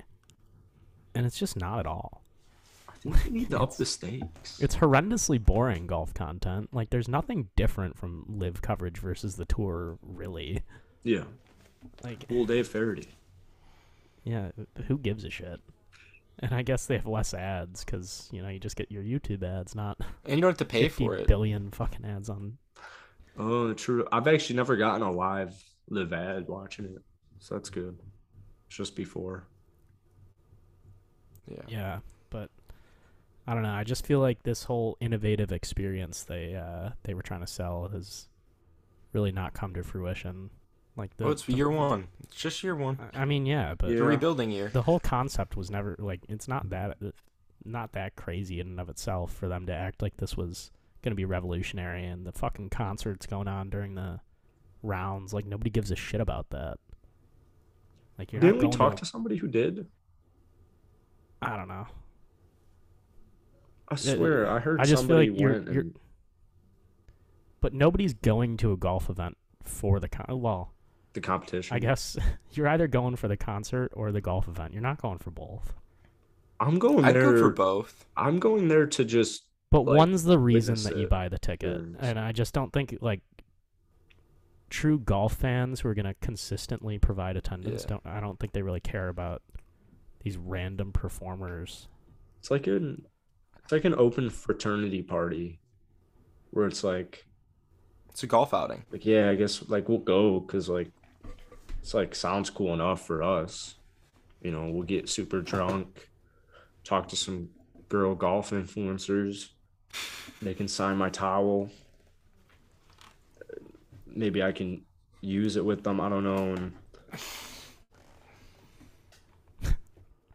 Speaker 2: And it's just not at all.
Speaker 1: I think they need to up the stakes.
Speaker 2: It's horrendously boring golf content. Like there's nothing different from Live coverage versus the tour really.
Speaker 1: Yeah.
Speaker 2: Like
Speaker 1: Well they have Faraday.
Speaker 2: yeah, who gives a shit? And I guess they have less ads cuz you know, you just get your YouTube ads, not
Speaker 3: And you don't have to pay
Speaker 2: fifty
Speaker 3: for
Speaker 2: billion
Speaker 3: it.
Speaker 2: fucking ads on
Speaker 1: Oh true. I've actually never gotten a live live ad watching it. So that's good. It's just before.
Speaker 3: Yeah.
Speaker 2: Yeah, but I don't know. I just feel like this whole innovative experience they uh, they were trying to sell has really not come to fruition. Like the,
Speaker 3: Oh, it's
Speaker 2: the-
Speaker 3: year one. It's just year one.
Speaker 2: I- I mean, yeah, but
Speaker 1: Yeah.
Speaker 3: It's a rebuilding year.
Speaker 2: the whole concept was never like it's not that uh, not that crazy in and of itself for them to act like this was going to be revolutionary and the fucking concerts going on during the rounds like nobody gives a shit about that. Like you're
Speaker 1: Didn't
Speaker 2: not
Speaker 1: we
Speaker 2: going
Speaker 1: talk
Speaker 2: to,
Speaker 1: to somebody who did?
Speaker 2: I don't know.
Speaker 1: I swear I heard
Speaker 2: I just feel
Speaker 1: somebody
Speaker 2: like you're-
Speaker 1: went
Speaker 2: you're-
Speaker 1: and
Speaker 2: But nobody's going to a golf event for the con- well,
Speaker 1: the competition.
Speaker 2: I guess you're either going for the concert or the golf event. You're not going for both.
Speaker 1: I'm going
Speaker 3: I'd
Speaker 1: there
Speaker 3: go for both.
Speaker 1: I'm going there to just
Speaker 2: But
Speaker 1: Like,
Speaker 2: one's the reason
Speaker 1: witness
Speaker 2: that you
Speaker 1: it
Speaker 2: buy the ticket.
Speaker 1: and-
Speaker 2: And I just don't think like true golf fans who are going to consistently provide attendance
Speaker 3: Yeah.
Speaker 2: don't I don't think they really care about these random performers.
Speaker 1: It's like an it's like an open fraternity party where it's like
Speaker 3: It's a golf outing.
Speaker 1: like yeah, I guess like we'll go cuz like it's like sounds cool enough for us. You know, we'll get super drunk, talk to some girl golf influencers. They can sign my towel. Maybe I can use it with them, I don't know. And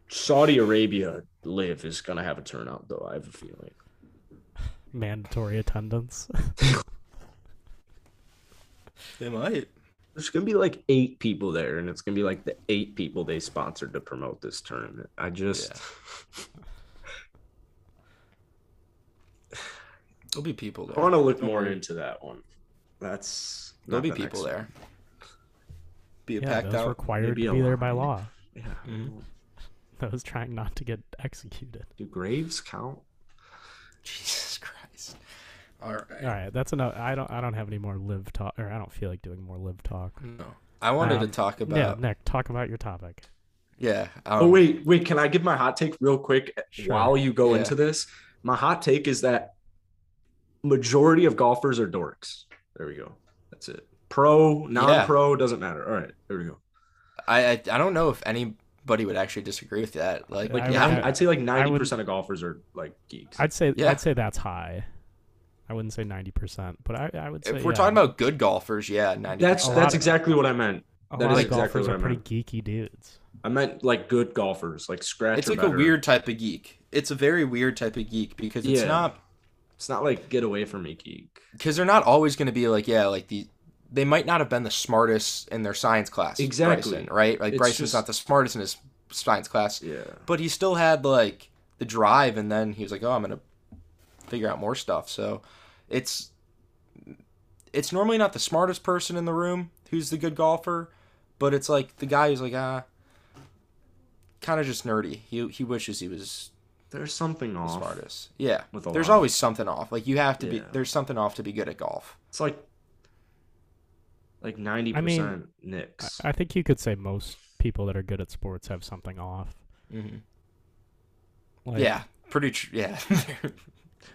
Speaker 1: Saudi Arabia live is going to have a turnout though, I have a feeling.
Speaker 2: Mandatory attendance.
Speaker 3: They might.
Speaker 1: There's gonna be like eight people there, and it's gonna be like the eight people they sponsored to promote this tournament. I just
Speaker 3: There'll be people
Speaker 1: I
Speaker 3: there.
Speaker 1: want to look more into that one. That's not
Speaker 3: There'll be
Speaker 1: the next
Speaker 3: people
Speaker 1: one.
Speaker 3: there. Be a
Speaker 2: yeah,
Speaker 3: packed
Speaker 2: those
Speaker 3: out.
Speaker 2: required
Speaker 1: maybe
Speaker 2: to
Speaker 1: a
Speaker 2: be there
Speaker 1: line.
Speaker 2: by law.
Speaker 1: Yeah. I
Speaker 3: Mhm.
Speaker 1: know.
Speaker 2: Those trying not to get executed.
Speaker 1: Do graves count?
Speaker 3: Jesus Christ. All right.
Speaker 2: All right, that's enough. I don't I don't have any more live talk or I don't feel like doing more live talk.
Speaker 3: No. I wanted
Speaker 2: Um,
Speaker 3: to talk
Speaker 2: Yeah,
Speaker 3: about. Yeah.
Speaker 2: Nick, talk about your topic.
Speaker 3: um,
Speaker 1: oh wait, wait. Can I give my hot take real quick
Speaker 2: Sure.
Speaker 1: while you go
Speaker 3: Yeah.
Speaker 1: into this? My hot take is that majority of golfers are dorks. There we go. That's it. Pro, non-pro, doesn't matter. All right, there we go.
Speaker 3: I, I I don't know if anybody would actually disagree with that. Like,
Speaker 1: Like,
Speaker 2: I
Speaker 1: yeah,
Speaker 2: would-
Speaker 1: I'd say like
Speaker 2: I would-
Speaker 1: ninety percent of golfers are like geeks.
Speaker 2: I'd say
Speaker 3: Yeah.
Speaker 2: I'd say that's high. I wouldn't say ninety percent, but I, I would say
Speaker 3: if we're
Speaker 2: yeah,
Speaker 3: talking about good golfers, yeah, ninety.
Speaker 1: That's
Speaker 2: A lot
Speaker 1: that's
Speaker 2: of-
Speaker 1: exactly what I meant.
Speaker 2: a
Speaker 1: that
Speaker 2: lot
Speaker 1: is
Speaker 2: of
Speaker 1: exactly
Speaker 2: golfers
Speaker 1: what
Speaker 2: are
Speaker 1: I
Speaker 2: pretty geeky dudes.
Speaker 1: I meant like good golfers, like scratch.
Speaker 3: it's
Speaker 1: or
Speaker 3: like a
Speaker 1: better.
Speaker 3: weird type of geek. It's a very weird type of geek because it's
Speaker 1: Yeah.
Speaker 3: not
Speaker 1: It's not like get away from me, geek.
Speaker 3: because they're not always going to be like yeah like the they might not have been the smartest in their science class
Speaker 1: Exactly.
Speaker 3: Bryson, right like
Speaker 1: It's
Speaker 3: Bryson's
Speaker 1: just-
Speaker 3: not the smartest in his science class
Speaker 1: Yeah.
Speaker 3: but he still had like the drive and then he was like oh I'm gonna figure out more stuff so it's it's normally not the smartest person in the room who's the good golfer, but it's like the guy who's like ah, kind of just nerdy. He he wishes he was
Speaker 1: There's something
Speaker 3: the
Speaker 1: off.
Speaker 3: smartest. Yeah.
Speaker 1: With a
Speaker 3: There's
Speaker 1: lot.
Speaker 3: always something off. Like you have to be.
Speaker 1: Yeah.
Speaker 3: There's something off to be good at golf.
Speaker 1: It's like like ninety percent nicks.
Speaker 2: I, I think you could say most people that are good at sports have something off.
Speaker 3: Mm-hmm.
Speaker 2: Like,
Speaker 3: yeah. Pretty. Tr- yeah.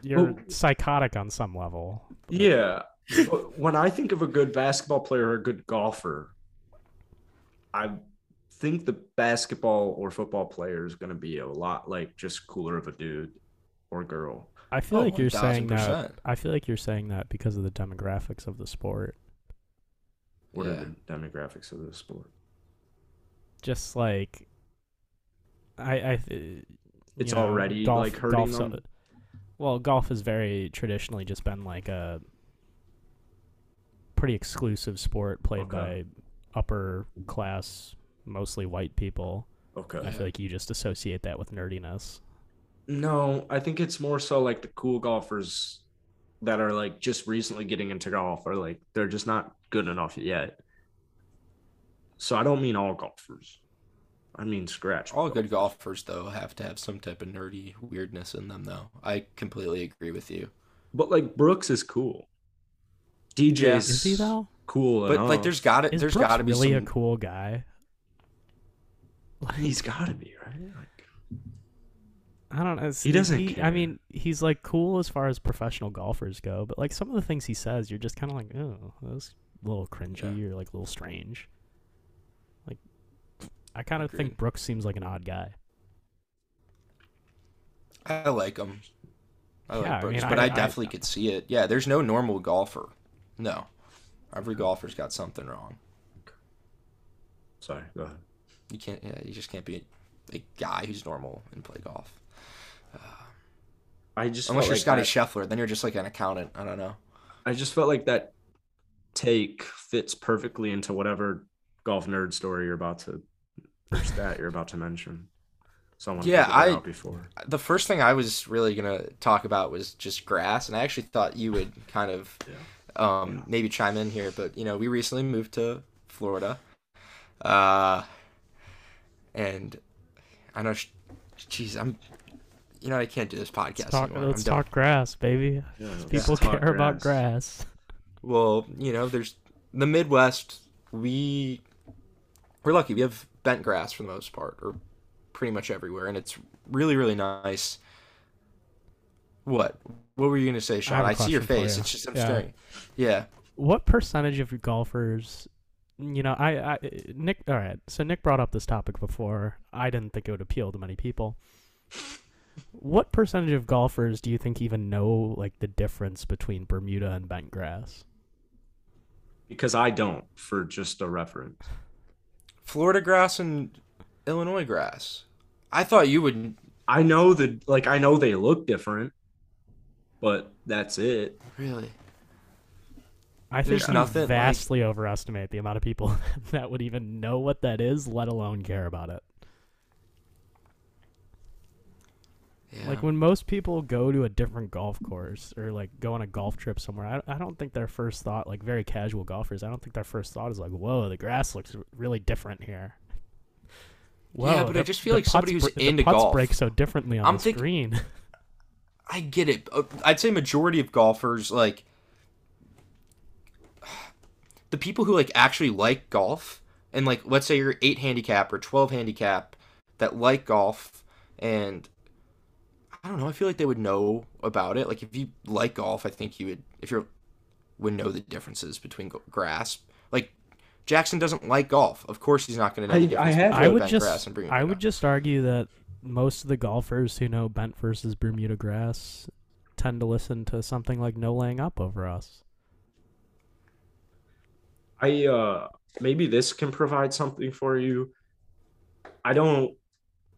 Speaker 2: you're
Speaker 1: Well-
Speaker 2: psychotic on some level.
Speaker 1: Yeah. But when I think of a good basketball player or a good golfer, I think the basketball or football player is going to be a lot like just cooler of a dude or girl.
Speaker 2: I feel
Speaker 3: Oh,
Speaker 2: like you're saying that.
Speaker 3: 1000%.
Speaker 2: I feel like you're saying that because of the demographics of the sport.
Speaker 1: What
Speaker 3: yeah.
Speaker 1: are the demographics of the sport?
Speaker 2: Just like, I, I. th-
Speaker 1: It's
Speaker 2: you know,
Speaker 1: already,
Speaker 2: golf,
Speaker 1: like, hurting
Speaker 2: golf's
Speaker 1: them?
Speaker 2: a- well, golf has very traditionally just been like a pretty exclusive sport played
Speaker 1: Okay.
Speaker 2: by upper class, mostly white people.
Speaker 1: Okay.
Speaker 2: I feel like you just associate that with nerdiness.
Speaker 1: No, I think it's more so like the cool golfers that are like just recently getting into golf or like they're just not good enough yet. So I don't mean all golfers. I mean scratch.
Speaker 3: All good golfers though have to have some type of nerdy weirdness in them though. I completely agree with you.
Speaker 1: But like Brooks is cool.
Speaker 3: Yeah.
Speaker 1: DJ's
Speaker 2: Is he though?
Speaker 1: cool,
Speaker 3: But like there's got to
Speaker 2: Is
Speaker 3: uh, there's
Speaker 2: Brooks
Speaker 3: got to be
Speaker 2: really
Speaker 3: some
Speaker 2: a cool guy?
Speaker 1: he's got to be right. Like,
Speaker 2: I don't know. see,
Speaker 1: doesn't
Speaker 2: He, I
Speaker 1: care.
Speaker 2: mean, he's like cool as far as professional golfers go, but like some of the things he says, you're just kind of like, oh, that's a little cringy or like a little strange. Like, I kind of think
Speaker 3: Agreed.
Speaker 2: Brooks seems like an odd guy.
Speaker 3: I like him. I like
Speaker 2: Yeah, I
Speaker 3: Brooks,
Speaker 2: mean,
Speaker 3: but
Speaker 2: I-
Speaker 3: I,
Speaker 2: I-
Speaker 3: definitely could see it. Yeah, there's no normal golfer. No, every golfer's got something wrong.
Speaker 1: sorry, go ahead.
Speaker 3: You can't. Yeah, you just can't be a, guy who's normal and play golf.
Speaker 1: I just felt
Speaker 3: Unless you're
Speaker 1: like
Speaker 3: Scotty
Speaker 1: that-
Speaker 3: Scheffler, then you're just like an accountant. I don't know.
Speaker 1: I just felt like that take fits perfectly into whatever golf nerd story you're about to or stat you're about to mention. Someone
Speaker 3: Yeah, I-
Speaker 1: out before.
Speaker 3: The first thing I was really gonna talk about was just grass, and I actually thought you would kind of
Speaker 1: Yeah.
Speaker 3: um, maybe chime in here. But you know, we recently moved to Florida, uh, and I know. sh- Jeez, I'm. You know, I can't do this podcast
Speaker 2: Let's talk,
Speaker 3: anymore.
Speaker 2: let's
Speaker 3: I'm done.
Speaker 2: talk grass, baby.
Speaker 1: Yeah, let's
Speaker 2: People
Speaker 1: talk
Speaker 2: care about grass.
Speaker 3: Well, you know, there's the Midwest. We we're lucky. We have bent grass for the most part, or pretty much everywhere, and it's really, really nice. What? What were you gonna say, Sean?
Speaker 2: have a
Speaker 3: I, see your
Speaker 2: question for
Speaker 3: face.
Speaker 2: you.
Speaker 3: It's just I'm
Speaker 2: Yeah.
Speaker 3: staring. Yeah.
Speaker 2: What percentage of golfers, you know, I, I, Nick, all right, so Nick brought up this topic before. I didn't think it would appeal to many people. What percentage of golfers do you think even know, like, the difference between Bermuda and bent grass?
Speaker 1: Because I don't for just a reference.
Speaker 3: Florida grass and Illinois grass. I thought you would.
Speaker 1: I know that like I know they look different, but that's it.
Speaker 3: Really?
Speaker 2: I think
Speaker 3: There's
Speaker 2: you
Speaker 3: nothing, like-
Speaker 2: vastly overestimate the amount of people that would even know what that is, let alone care about it.
Speaker 3: Yeah.
Speaker 2: Like when most people go to a different golf course or like go on a golf trip somewhere, I, I don't think their first thought, like very casual golfers, I don't think their first thought is like, "Whoa, the grass looks r- really different here." Whoa,
Speaker 3: Yeah, but I
Speaker 2: the-
Speaker 3: just feel
Speaker 2: the
Speaker 3: like somebody
Speaker 2: putts
Speaker 3: who's
Speaker 2: br- the
Speaker 3: into
Speaker 2: putts
Speaker 3: golf-
Speaker 2: break so differently on
Speaker 3: I'm
Speaker 2: this
Speaker 3: think-
Speaker 2: green.
Speaker 3: I get it. Uh, I'd say majority of golfers like the people who like actually like golf and like let's say you're 8 handicap or 12 handicap that like golf and I don't know, I feel like they would know about it. Like if you like golf, I think you would if you're would know the differences between go- grass. Like Jackson doesn't like golf. Of course he's not going to know
Speaker 1: I-
Speaker 3: the
Speaker 1: I
Speaker 3: difference
Speaker 1: have-
Speaker 2: I
Speaker 3: between
Speaker 2: would
Speaker 3: bent grass
Speaker 2: just,
Speaker 3: and Bermuda
Speaker 2: I would
Speaker 3: grass.
Speaker 2: just argue that most of the golfers who know bent versus Bermuda grass tend to listen to something like "No Laying Up" over us.
Speaker 1: I uh maybe this can provide something for you. I don't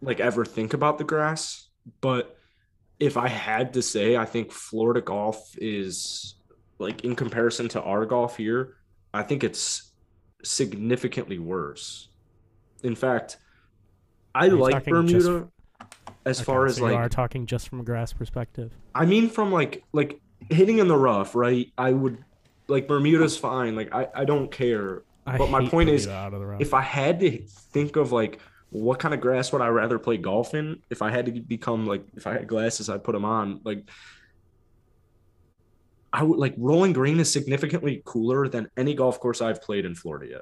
Speaker 1: like ever think about the grass, but if I had to say, I think Florida golf is like in comparison to our golf here, I think it's significantly worse. In fact, I
Speaker 2: you
Speaker 1: like
Speaker 2: talking just-
Speaker 1: Bermuda as
Speaker 2: Okay,
Speaker 1: far as
Speaker 2: so you are
Speaker 1: like
Speaker 2: talking just from a grass perspective.
Speaker 1: I mean, from like like hitting in the rough, right? I would like Bermuda's fine. Like I, I don't care.
Speaker 2: I
Speaker 1: But my
Speaker 2: hate
Speaker 1: point is,
Speaker 2: Bermuda out of the round.
Speaker 1: If I had to think of like what kind of grass would I rather play golf in, if I had to become like if I had glasses, I'd put them on. Like I would like rolling green is significantly cooler than any golf course I've played in Florida yet.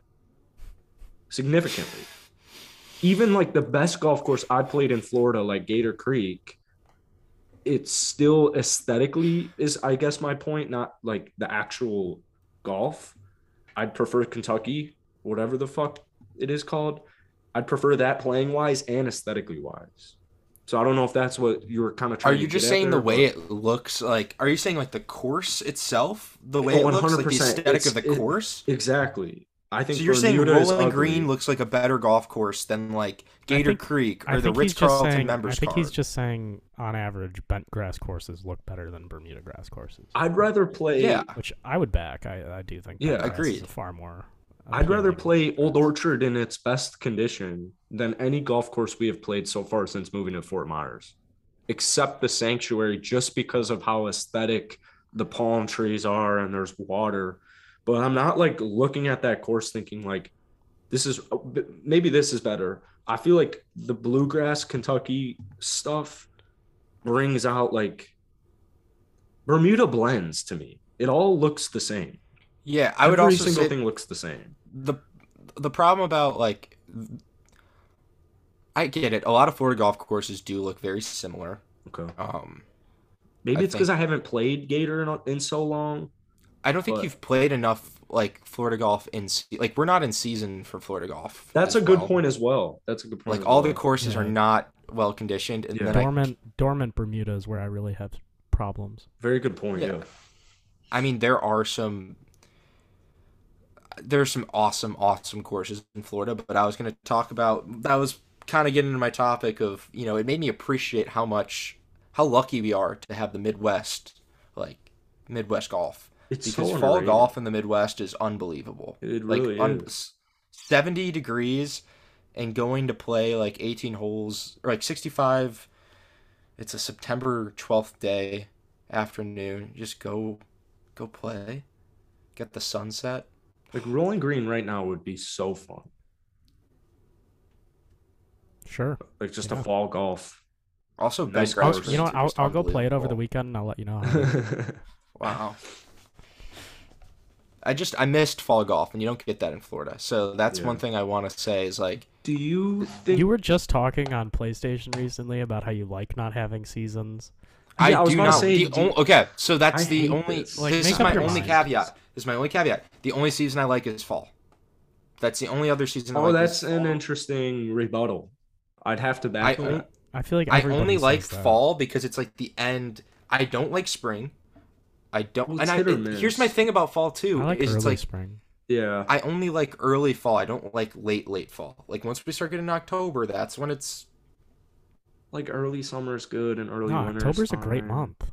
Speaker 1: Significantly. Even like the best golf course I played in Florida, like Gator Creek, it's still aesthetically is I guess my point, not like the actual golf. I'd prefer Kentucky, whatever the fuck it is called. I'd prefer that playing wise and aesthetically wise. So I don't know if that's what you were kind of
Speaker 3: Are
Speaker 1: trying.
Speaker 3: you
Speaker 1: to
Speaker 3: just
Speaker 1: get at
Speaker 3: saying the
Speaker 1: there,
Speaker 3: way it looks like? Are you saying like the course itself, the way
Speaker 1: Oh,
Speaker 3: it looks, like the
Speaker 1: 100%.
Speaker 3: aesthetic of the
Speaker 1: It's- it-
Speaker 3: course?
Speaker 1: but- Exactly. I
Speaker 3: So
Speaker 1: think
Speaker 3: you're saying
Speaker 1: Bermuda is
Speaker 3: Rolling
Speaker 1: ugly.
Speaker 3: Green looks like a better golf course than like
Speaker 2: I
Speaker 3: Gator
Speaker 2: think-
Speaker 3: Creek
Speaker 2: I
Speaker 3: or the
Speaker 2: think he's
Speaker 3: Ritz
Speaker 2: just
Speaker 3: Carlton
Speaker 2: saying- I
Speaker 3: members
Speaker 2: think
Speaker 3: card?
Speaker 2: he's just saying, on average, bent grass courses look better than Bermuda grass courses,
Speaker 1: I'd rather play.
Speaker 3: yeah,
Speaker 2: which I would back. I, I do think. bent
Speaker 1: Yeah,
Speaker 2: grass is
Speaker 3: agreed.
Speaker 2: Far more.
Speaker 1: I'd rather
Speaker 2: appealing than
Speaker 1: play
Speaker 2: bent
Speaker 1: Old
Speaker 2: grass.
Speaker 1: Orchard in its best condition than any golf course we have played so far since moving to Fort Myers, except the sanctuary, just because of how aesthetic the palm trees are and there's water. But I'm not like looking at that course thinking, like, this is oh, maybe this is better. I feel like the bluegrass Kentucky stuff brings out like Bermuda blends to me. It all looks the same.
Speaker 3: yeah. I would
Speaker 1: Every
Speaker 3: also
Speaker 1: single
Speaker 3: say
Speaker 1: thing looks the same.
Speaker 3: the the problem about like I get it. A lot of Florida golf courses do look very similar.
Speaker 1: Okay.
Speaker 3: Um,
Speaker 1: Maybe
Speaker 3: I
Speaker 1: it's because I haven't played Gator in, in so long.
Speaker 3: I don't think
Speaker 1: But-
Speaker 3: you've played enough like Florida golf in se- like we're not in season for Florida golf.
Speaker 1: That's
Speaker 3: as
Speaker 1: a good
Speaker 3: well.
Speaker 1: point as well. That's a good point.
Speaker 3: Like
Speaker 1: as
Speaker 3: all
Speaker 1: well.
Speaker 3: the courses are
Speaker 2: Yeah.
Speaker 3: not well conditioned, and
Speaker 1: Yeah.
Speaker 3: then I,
Speaker 2: dormant dormant Bermuda is where I really have problems.
Speaker 1: very good point. Yeah.
Speaker 3: Yeah. I mean there are some there's some awesome awesome courses in Florida, but I was going to talk about that was kind of getting into my topic of you know it made me appreciate how much how lucky we are to have the Midwest like Midwest golf
Speaker 1: It's
Speaker 3: because
Speaker 1: so
Speaker 3: fall
Speaker 1: underrated.
Speaker 3: golf in the Midwest is unbelievable.
Speaker 1: It really
Speaker 3: un-
Speaker 1: is.
Speaker 3: s- 70 degrees and going to play like 18 holes or like 65 it's a september 12th day afternoon just go go play get the sunset
Speaker 1: Like rolling green right now would be so fun.
Speaker 2: Sure.
Speaker 1: Like just
Speaker 2: Yeah.
Speaker 1: a fall golf.
Speaker 3: also
Speaker 1: Nice
Speaker 3: bent grass
Speaker 1: course.
Speaker 3: was
Speaker 2: you know what? I'll,
Speaker 3: just
Speaker 2: I'll go play it over the
Speaker 3: unbelievable.
Speaker 2: weekend and I'll let you know. how it is.
Speaker 1: I
Speaker 3: wow i just i missed fall golf and you don't get that in florida so that's
Speaker 1: Yeah.
Speaker 3: one thing i want to say is like
Speaker 1: Do you think
Speaker 2: you were just talking on PlayStation recently about how you like not having seasons.
Speaker 1: Yeah, I
Speaker 3: I
Speaker 1: was
Speaker 3: do
Speaker 1: gonna
Speaker 3: not.
Speaker 1: say,
Speaker 3: the
Speaker 1: do-
Speaker 3: on- okay, so that's
Speaker 1: I
Speaker 3: the
Speaker 1: hate
Speaker 3: only.
Speaker 1: this.
Speaker 3: This,
Speaker 2: Like, make
Speaker 3: is
Speaker 2: up
Speaker 3: my
Speaker 2: your
Speaker 3: only
Speaker 2: mind.
Speaker 3: caveat. This is my only caveat. The only season I like is fall. That's the only other season. I
Speaker 1: Oh,
Speaker 3: like
Speaker 1: that's
Speaker 3: is
Speaker 1: an
Speaker 3: fall.
Speaker 1: interesting rebuttal. I'd have to back
Speaker 3: I-
Speaker 1: that.
Speaker 2: I feel like
Speaker 3: I
Speaker 2: everybody
Speaker 3: only
Speaker 2: says
Speaker 3: like
Speaker 2: that.
Speaker 3: fall because it's like the end. I don't like spring. I don't.
Speaker 1: Well,
Speaker 3: and
Speaker 1: it's
Speaker 3: I,
Speaker 1: hit or
Speaker 3: it- here's my
Speaker 1: miss.
Speaker 3: thing about fall
Speaker 2: I
Speaker 3: too.
Speaker 2: like
Speaker 3: is
Speaker 2: early
Speaker 3: it's like
Speaker 2: spring.
Speaker 1: Yeah.
Speaker 3: I only like early fall. I don't like late late fall. Like once we start getting October, that's when it's.
Speaker 1: Like early summer is good and early
Speaker 2: No,
Speaker 1: winter. is
Speaker 2: October's a great
Speaker 1: fine.
Speaker 2: month.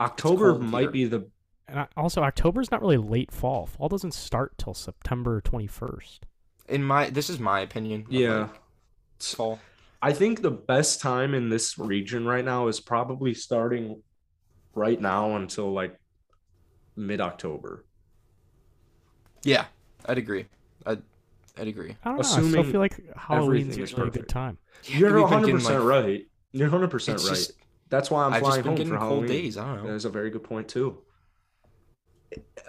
Speaker 1: October
Speaker 3: cold
Speaker 1: might
Speaker 3: here.
Speaker 1: be the
Speaker 2: And I, also, October's not really late fall. Fall doesn't start till September 21st.
Speaker 3: In my this is my opinion. of,
Speaker 1: Yeah.
Speaker 3: like, fall.
Speaker 1: I think the best time in this region right now is probably starting right now until like mid October.
Speaker 3: Yeah, I'd agree. I'd I'd agree.
Speaker 2: I don't know. I still
Speaker 1: Assuming
Speaker 2: feel like Halloween's
Speaker 1: everything is
Speaker 2: usually a good
Speaker 1: perfect.
Speaker 2: time.
Speaker 1: You're
Speaker 3: We've been
Speaker 1: 100%
Speaker 3: getting, like,
Speaker 1: right. You're 100% right.
Speaker 3: It's just-
Speaker 1: That's why I'm
Speaker 3: I've just
Speaker 1: flying
Speaker 3: been
Speaker 1: home
Speaker 3: getting
Speaker 1: for
Speaker 3: cold
Speaker 1: Halloween.
Speaker 3: days. I don't know.
Speaker 1: That's a very good point too.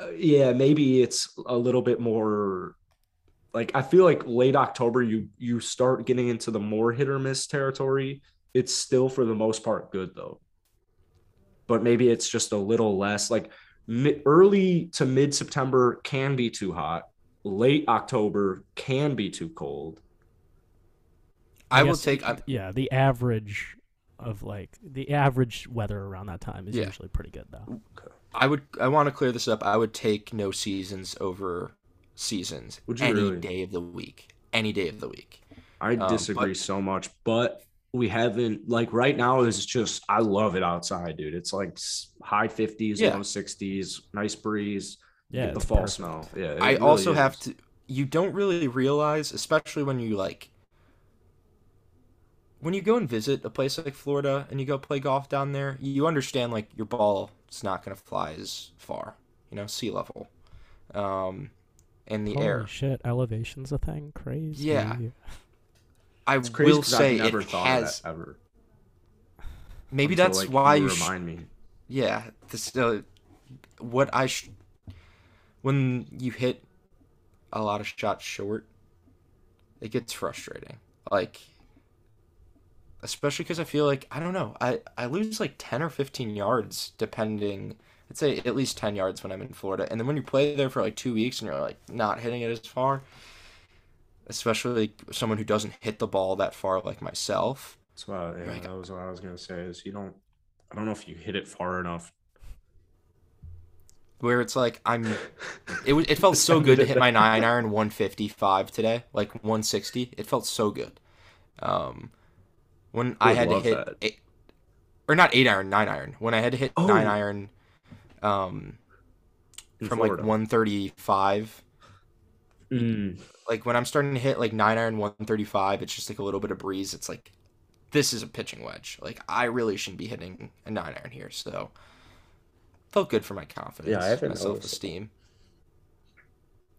Speaker 1: Uh, yeah, maybe it's a little bit more like I feel like late October you you start getting into the more hit or miss territory. It's still for the most part good though. But maybe it's just a little less like mi- early to mid September can be too hot. Late October can be too cold.
Speaker 3: I will
Speaker 2: guess-
Speaker 3: take. I'm,
Speaker 2: Yeah, the average of like the average weather around that time is
Speaker 3: Yeah.
Speaker 2: usually pretty good though.
Speaker 3: I would. I want to clear this up. I would take no seasons over seasons
Speaker 1: Would you
Speaker 3: any
Speaker 1: really?
Speaker 3: day of the week. Any day of the week.
Speaker 1: I
Speaker 3: Um,
Speaker 1: disagree
Speaker 3: but-
Speaker 1: so much, but we haven't like right now is just I love it outside, dude. It's like s- high 50s,
Speaker 3: Yeah.
Speaker 1: low 60s, nice breeze,
Speaker 2: Yeah,
Speaker 1: get the
Speaker 2: it's
Speaker 1: fall
Speaker 2: perfect.
Speaker 1: smell. Yeah, it
Speaker 3: I
Speaker 1: really
Speaker 3: also
Speaker 1: is.
Speaker 3: have to. You don't really realize, especially when you like. When you go and visit a place like Florida and you go play golf down there, you understand like your ball is not going to fly as far. you know, sea level, um, in the
Speaker 2: Holy
Speaker 3: air.
Speaker 2: shit, elevation's a thing. Crazy.
Speaker 3: Yeah. I
Speaker 1: It's crazy
Speaker 3: will
Speaker 1: 'cause I've
Speaker 3: say
Speaker 1: never
Speaker 3: it
Speaker 1: thought
Speaker 3: has.
Speaker 1: of that ever.
Speaker 3: Maybe
Speaker 1: until,
Speaker 3: that's
Speaker 1: like,
Speaker 3: why
Speaker 1: you
Speaker 3: you. Sh-
Speaker 1: remind me.
Speaker 3: yeah, this uh, what I sh- when you hit a lot of shots short, it gets frustrating. Like especially cuz I feel like I don't know, I I lose like 10 or 15 yards depending I'd say at least 10 yards when I'm in Florida. And then when you play there for like 2 weeks and you're like not hitting it as far, especially like, someone who doesn't hit the ball that far like myself,
Speaker 1: That's why yeah,
Speaker 3: Like-
Speaker 1: that was what I was gonna say. Is you don't. I don't know if you hit it far enough.
Speaker 3: where it's like I'm It was. It felt so good to hit my nine iron 155 today, like 160. It felt so good. Um, when I
Speaker 1: Would
Speaker 3: had to
Speaker 1: love
Speaker 3: hit
Speaker 1: that.
Speaker 3: eight, or not eight iron, nine iron. When I had to hit
Speaker 1: Oh.
Speaker 3: nine iron, um,
Speaker 1: in
Speaker 3: from like
Speaker 1: Florida.
Speaker 3: 135.
Speaker 1: Mm,
Speaker 3: Like when I'm starting to hit like nine iron 135, it's just like a little bit of breeze. It's like, this is a pitching wedge. Like I really shouldn't be hitting a nine iron here. So, felt good for my confidence.
Speaker 1: haven't
Speaker 3: my
Speaker 1: noticed it.
Speaker 3: self esteem.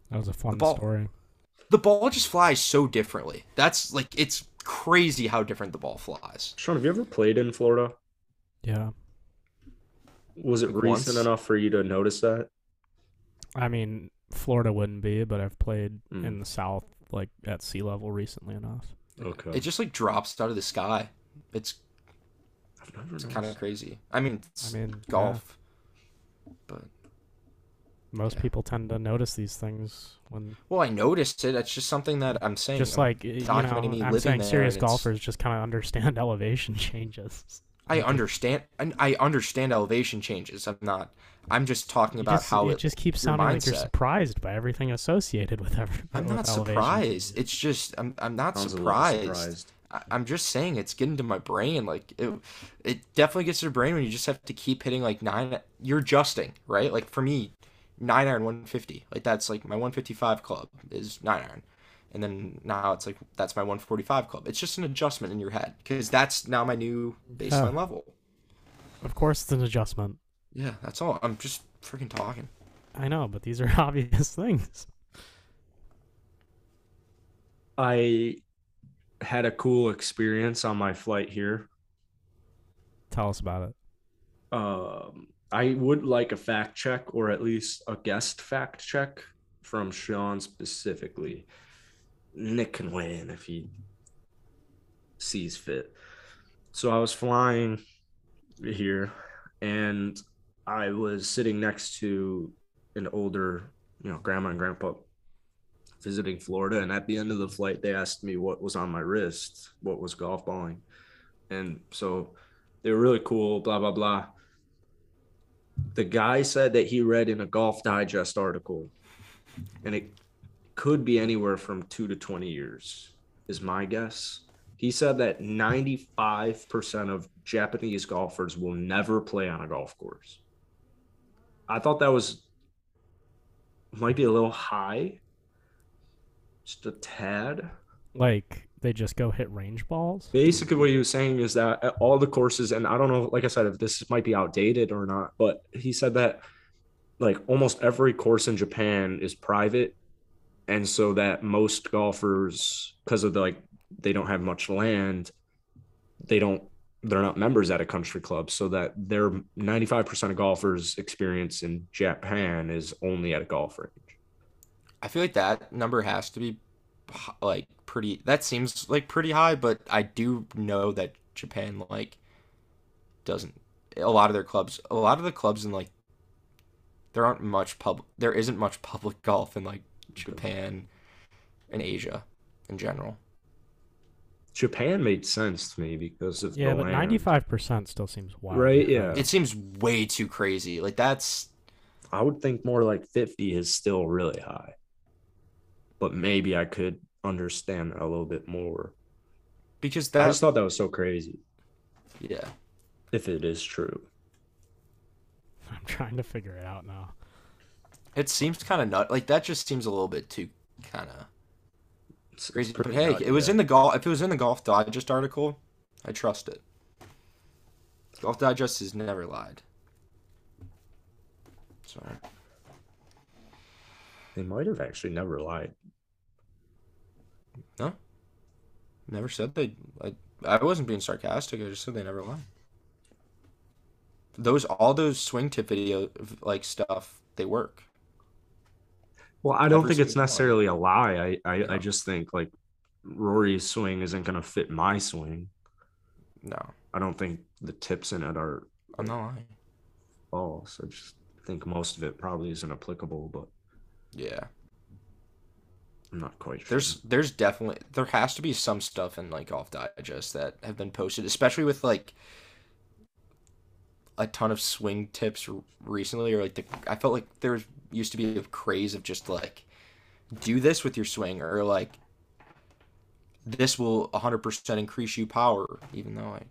Speaker 2: That was a fun
Speaker 3: ball-
Speaker 2: story.
Speaker 3: the ball just flies so differently. That's like it's crazy how different the ball flies.
Speaker 1: Sean, have you ever played in Florida?
Speaker 2: Yeah.
Speaker 1: Was it
Speaker 3: Like
Speaker 1: recent
Speaker 3: once.
Speaker 1: enough for you to notice that?
Speaker 2: I mean, Florida wouldn't be, but I've played
Speaker 1: Mm.
Speaker 2: in the South, like at sea level recently enough.
Speaker 1: Okay.
Speaker 3: It just like drops out of the sky. It's
Speaker 1: I've never
Speaker 3: it's
Speaker 1: noticed.
Speaker 3: kind of crazy. I mean, it's
Speaker 2: I mean, yeah,
Speaker 3: golf, but
Speaker 2: most
Speaker 3: yeah.
Speaker 2: people tend to notice these things when
Speaker 3: well, I noticed it. It's just something that I'm saying.
Speaker 2: just
Speaker 3: I'm-
Speaker 2: like y- you
Speaker 3: documenting
Speaker 2: know,
Speaker 3: me
Speaker 2: I'm
Speaker 3: living
Speaker 2: saying
Speaker 3: there,
Speaker 2: serious
Speaker 3: and it's-
Speaker 2: golfers just kind of understand elevation changes.
Speaker 3: I understand. I I understand elevation changes. I'm not. I'm just talking
Speaker 2: You
Speaker 3: about
Speaker 2: just,
Speaker 3: how
Speaker 2: it
Speaker 3: it.
Speaker 2: just keeps sounding like you're
Speaker 3: mindset.
Speaker 2: surprised by everything associated with every.
Speaker 3: I'm
Speaker 2: with
Speaker 3: not
Speaker 2: elevation
Speaker 3: surprised.
Speaker 2: changes.
Speaker 3: It's just I'm I'm not
Speaker 1: Sounds a little
Speaker 3: surprised. I- I'm just saying it's getting to my brain. Like it, it definitely gets to your brain when you just have to keep hitting like nine. You're adjusting, right? Like for me, nine iron 150. Like that's like my 155 club is nine iron, and then now it's like that's my 145 club. It's just an adjustment in your head because that's now my new baseline level.
Speaker 2: Of course, it's an adjustment.
Speaker 3: Yeah, that's all. I'm just freaking talking.
Speaker 2: I know, but these are obvious things.
Speaker 1: I had a cool experience on my flight here.
Speaker 2: Tell us about it.
Speaker 1: Um, I would like a fact check or at least a guest fact check from Sean specifically. Nick can weigh in if he sees fit. So I was flying here and I was sitting next to an older, you know, grandma and grandpa visiting Florida. And at the end of the flight, they asked me what was on my wrist, what was golf balling. And so they were really cool, blah, blah, blah. The guy said that he read in a Golf Digest article, and it could be anywhere from two to 20 years, is my guess. He said that 95% of Japanese golfers will never play on a golf course. I thought that was might be a little high, just a tad.
Speaker 2: Like they just go hit range balls.
Speaker 1: Basically, what he was saying is that at all the courses, and I don't know, like I said, if this might be outdated or not, but he said that like almost every course in Japan is private. And so that most golfers, because of the, like, they don't have much land, they don't, they're not members at a country club. So that their 95% of golfers' experience in Japan is only at a golf range.
Speaker 3: I feel like that number has to be h- like pretty. That seems like pretty high, but I do know that Japan like doesn't. A lot of their clubs, a lot of the clubs in like there aren't much pub. There isn't much public golf in like Japan and Asia in general.
Speaker 1: Japan made sense to me because of
Speaker 2: Yeah,
Speaker 1: the
Speaker 2: but
Speaker 1: land.
Speaker 2: ninety-five percent still seems wild.
Speaker 1: Right? Yeah.
Speaker 3: It seems way too crazy. Like that's
Speaker 1: I would think more like 50 is still really high. But maybe I could understand a little bit more.
Speaker 3: because
Speaker 1: I
Speaker 3: that's
Speaker 1: just thought that was so crazy
Speaker 3: yeah.
Speaker 1: if it is true.
Speaker 2: I'm trying to figure it out now.
Speaker 3: It seems kind of nut. Like that just seems a little bit too kind of.
Speaker 1: It's it's
Speaker 3: Crazy, but
Speaker 1: pretty
Speaker 3: hey,
Speaker 1: nutty,
Speaker 3: it was
Speaker 1: yeah.
Speaker 3: in the golf. If it was in the Golf Digest article, I trust it. Golf Digest has never lied. So
Speaker 1: They might have actually never lied.
Speaker 3: Never said they. I, I wasn't being sarcastic. I just said they never lie. Those all those swing tip video like stuff they work.
Speaker 1: Well, I don't
Speaker 3: Never
Speaker 1: think
Speaker 3: seen
Speaker 1: it's
Speaker 3: it live.
Speaker 1: necessarily a lie. I I,
Speaker 3: Yeah.
Speaker 1: I just think like Rory's swing isn't gonna fit my swing.
Speaker 3: No,
Speaker 1: I don't think the tips in it are
Speaker 3: I'm not lying.
Speaker 1: false. I just think most of it probably isn't applicable, but
Speaker 3: Yeah,
Speaker 1: I'm not quite sure.
Speaker 3: there's there's definitely there has to be some stuff in like golf digest that have been posted, especially with like a ton of swing tips r- recently, or like the I felt like there was, used to be a craze of just like do this with your swing, or like this will 100% increase you power, even though I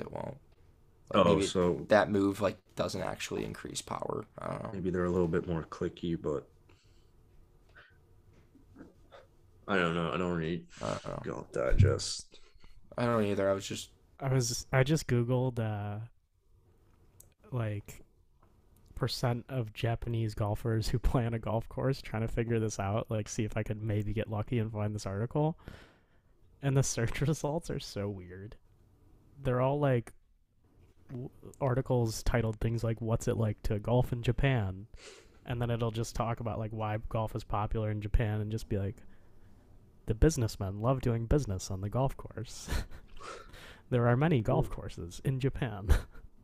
Speaker 3: it won't. Like
Speaker 1: oh,
Speaker 3: maybe
Speaker 1: so
Speaker 3: that move like doesn't actually increase power. I don't know.
Speaker 1: maybe they're a little bit more clicky, but I don't know. I don't read
Speaker 3: I don't know.
Speaker 1: Golf Digest.
Speaker 3: I don't know either. I was just
Speaker 2: I was I just googled uh like percent of Japanese golfers who play on a golf course trying to figure this out, like see if I could maybe get lucky and find this article. And the search results are so weird. They're all like w- articles titled things like what's it like to golf in Japan? And then it'll just talk about like why golf is popular in Japan and just be like the businessmen love doing business on the golf course. There are many golf courses in Japan.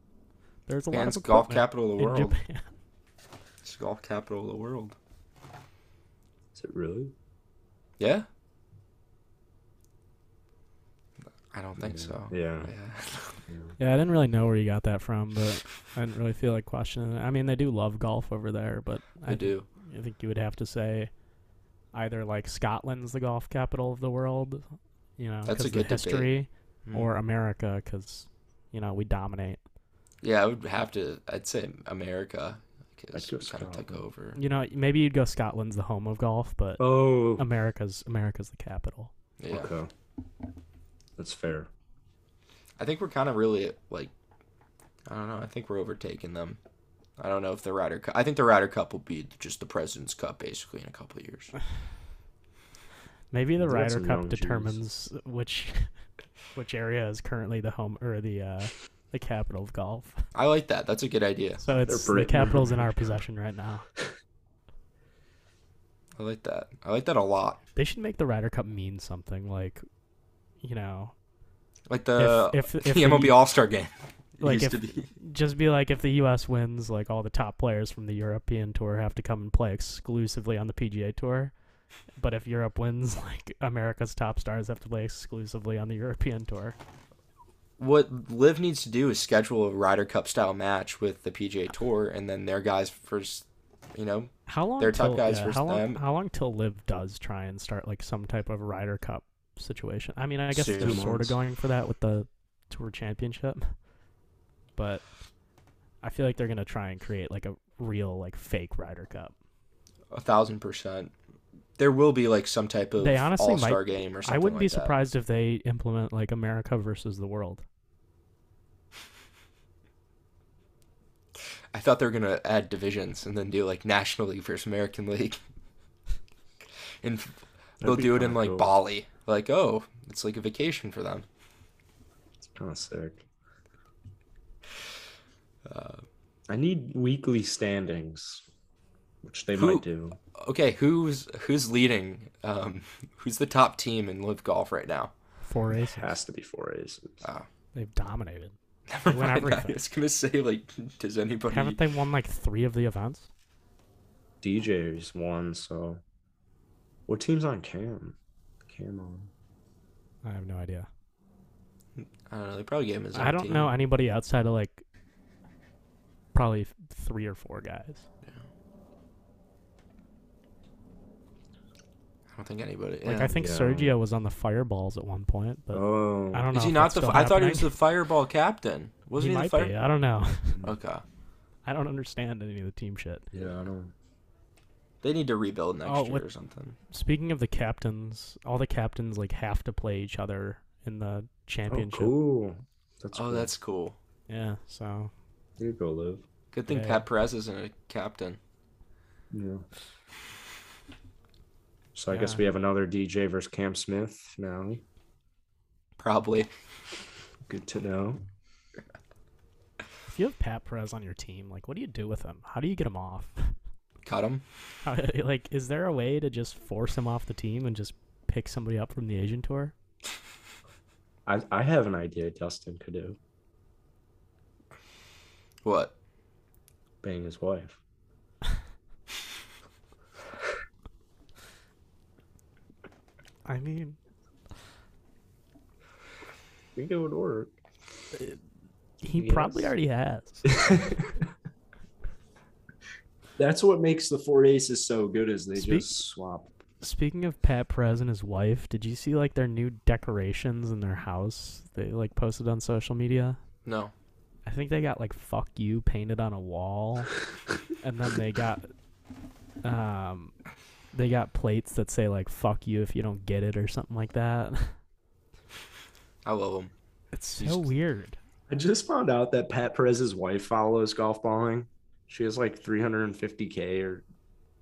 Speaker 2: There's a lot
Speaker 3: Japan's
Speaker 2: of
Speaker 3: golf
Speaker 2: equipment
Speaker 3: capital of the
Speaker 2: in
Speaker 3: world.
Speaker 2: Japan.
Speaker 3: It's golf capital of the world.
Speaker 1: Is it really?
Speaker 3: Yeah. I don't think so.
Speaker 1: Yeah.
Speaker 3: Yeah.
Speaker 2: Yeah, I didn't really know where you got that from, but I didn't really feel like questioning it. I mean, they do love golf over there, but
Speaker 3: I
Speaker 2: I
Speaker 3: do.
Speaker 2: I think you would have to say either like Scotland's the golf capital of the world, you know,
Speaker 3: That's a
Speaker 2: because
Speaker 3: good
Speaker 2: the
Speaker 3: debate.
Speaker 2: history,
Speaker 3: Mm.
Speaker 2: or America because you know we dominate.
Speaker 3: Yeah, I would have to. I'd say America because
Speaker 1: I'd go
Speaker 3: we kind of took
Speaker 1: Scotland.
Speaker 3: over.
Speaker 2: You know, maybe you'd go Scotland's the home of golf, but
Speaker 1: Oh,
Speaker 2: America's America's the capital.
Speaker 3: Yeah.
Speaker 1: okay. That's fair.
Speaker 3: I think we're kind of really like. I don't know. I think we're overtaking them. I don't know if the Ryder Cup. I think the Ryder Cup will be just the President's Cup basically in a couple of years.
Speaker 2: Maybe the
Speaker 1: They got
Speaker 2: Ryder
Speaker 1: some
Speaker 2: Cup
Speaker 1: young Jews.
Speaker 2: determines which which area is currently the home or the uh, the capital of golf.
Speaker 3: I like that. That's a good idea.
Speaker 2: So it's the
Speaker 1: Britain.
Speaker 2: capital's in our possession right now.
Speaker 3: I like that. I like that a lot.
Speaker 2: They should make the Ryder Cup mean something like, you know,
Speaker 3: Like the
Speaker 2: if if, if
Speaker 3: the
Speaker 2: the
Speaker 3: MLB
Speaker 2: U-
Speaker 3: All Star game. It
Speaker 2: like if
Speaker 3: used to be.
Speaker 2: just be like if the U.S. wins, like all the top players from the European tour have to come and play exclusively on the PGA tour. But if Europe wins, like America's top stars have to play exclusively on the European tour.
Speaker 3: what Liv needs to do is schedule a Ryder Cup style match with the PGA Tour, and then their guys versus, you know,
Speaker 2: How long?
Speaker 3: They're tough
Speaker 2: till-
Speaker 3: guys
Speaker 2: yeah,
Speaker 3: versus
Speaker 2: how long?
Speaker 3: them.
Speaker 2: How long till Liv does try and start like some type of Ryder Cup situation? I mean, I guess they're
Speaker 3: Soon.
Speaker 2: sort of going for that with the Tour Championship, but I feel like they're gonna try and create like a real like fake Ryder Cup.
Speaker 3: a thousand percent. There will be like some type of
Speaker 2: They honestly
Speaker 3: All Star game or something.
Speaker 2: I wouldn't be
Speaker 3: like that.
Speaker 2: surprised if they implement like America versus the world.
Speaker 3: I thought they were gonna add divisions and then do like National League versus American League, and they'll
Speaker 1: be
Speaker 3: do it in
Speaker 1: kinda
Speaker 3: like
Speaker 1: cool.
Speaker 3: Bali. Like, oh, it's like a vacation for them.
Speaker 1: It's kind of sick.
Speaker 3: Uh,
Speaker 1: I need weekly standings, which they
Speaker 3: Who-
Speaker 1: might do.
Speaker 3: okay, who's who's leading? Um, who's the top team in live golf right now?
Speaker 2: Four
Speaker 1: It
Speaker 2: aces.
Speaker 1: has to be four aces.
Speaker 3: Uh,
Speaker 2: They've dominated.
Speaker 3: never
Speaker 2: They win
Speaker 3: mind. I
Speaker 2: everything.
Speaker 3: was gonna say like, does anybody?
Speaker 2: Haven't they won like three of the events?
Speaker 1: DJ's one, so what team's on Cam? Cam on.
Speaker 2: I have no idea.
Speaker 3: I don't know. They probably gave him his.
Speaker 2: I
Speaker 3: own
Speaker 2: don't
Speaker 3: team.
Speaker 2: know anybody outside of like probably f- three or four guys.
Speaker 3: I don't think anybody.
Speaker 2: Like
Speaker 3: yeah.
Speaker 2: I think
Speaker 1: Yeah.
Speaker 2: Sergio was on the fireballs at one point, but
Speaker 1: Oh,
Speaker 2: I don't know.
Speaker 3: Is he
Speaker 2: if
Speaker 3: not
Speaker 2: that's
Speaker 3: the?
Speaker 2: still
Speaker 3: I thought he was
Speaker 2: happening.
Speaker 3: the fireball captain. Wasn't he,
Speaker 2: might
Speaker 3: the fire?
Speaker 2: be. I don't know.
Speaker 3: Okay.
Speaker 2: I don't understand any of the team shit.
Speaker 1: yeah, I don't.
Speaker 3: They need to rebuild next
Speaker 2: Oh,
Speaker 3: year
Speaker 2: what-
Speaker 3: or something.
Speaker 2: Speaking of the captains, all the captains like have to play each other in the
Speaker 1: Oh,
Speaker 2: championship.
Speaker 1: cool. That's
Speaker 3: oh,
Speaker 1: cool.
Speaker 3: that's cool.
Speaker 2: Yeah, so
Speaker 1: there you go, Liv.
Speaker 3: Good thing
Speaker 2: Yeah.
Speaker 3: Pat Perez isn't a captain.
Speaker 1: Yeah. So I guess
Speaker 2: Yeah.
Speaker 1: we have another DJ versus Cam Smith now.
Speaker 3: Probably.
Speaker 1: Good to know.
Speaker 2: If you have Pat Perez on your team, like, what do you do with him? How do you get him off?
Speaker 3: Cut him.
Speaker 2: How, like, is there a way to just force him off the team and just pick somebody up from the Asian tour?
Speaker 1: I, I have an idea Dustin could do.
Speaker 3: What?
Speaker 1: Bang his wife.
Speaker 2: I mean,
Speaker 1: I think it would work.
Speaker 2: he
Speaker 1: Yes.
Speaker 2: probably already has.
Speaker 1: That's what makes the four aces so good is they
Speaker 2: Speak-
Speaker 1: just swap.
Speaker 2: Speaking of Pat Perez and his wife, did you see like their new decorations in their house? They like posted on social media.
Speaker 3: No.
Speaker 2: I think they got like "fuck you" painted on a wall, and then they got, um, they got plates that say like "fuck you" if you don't get it or something like that.
Speaker 3: I love him.
Speaker 2: It's so
Speaker 1: Just-
Speaker 2: weird.
Speaker 1: I just found out that Pat Perez's wife follows golf balling. She has like 350k or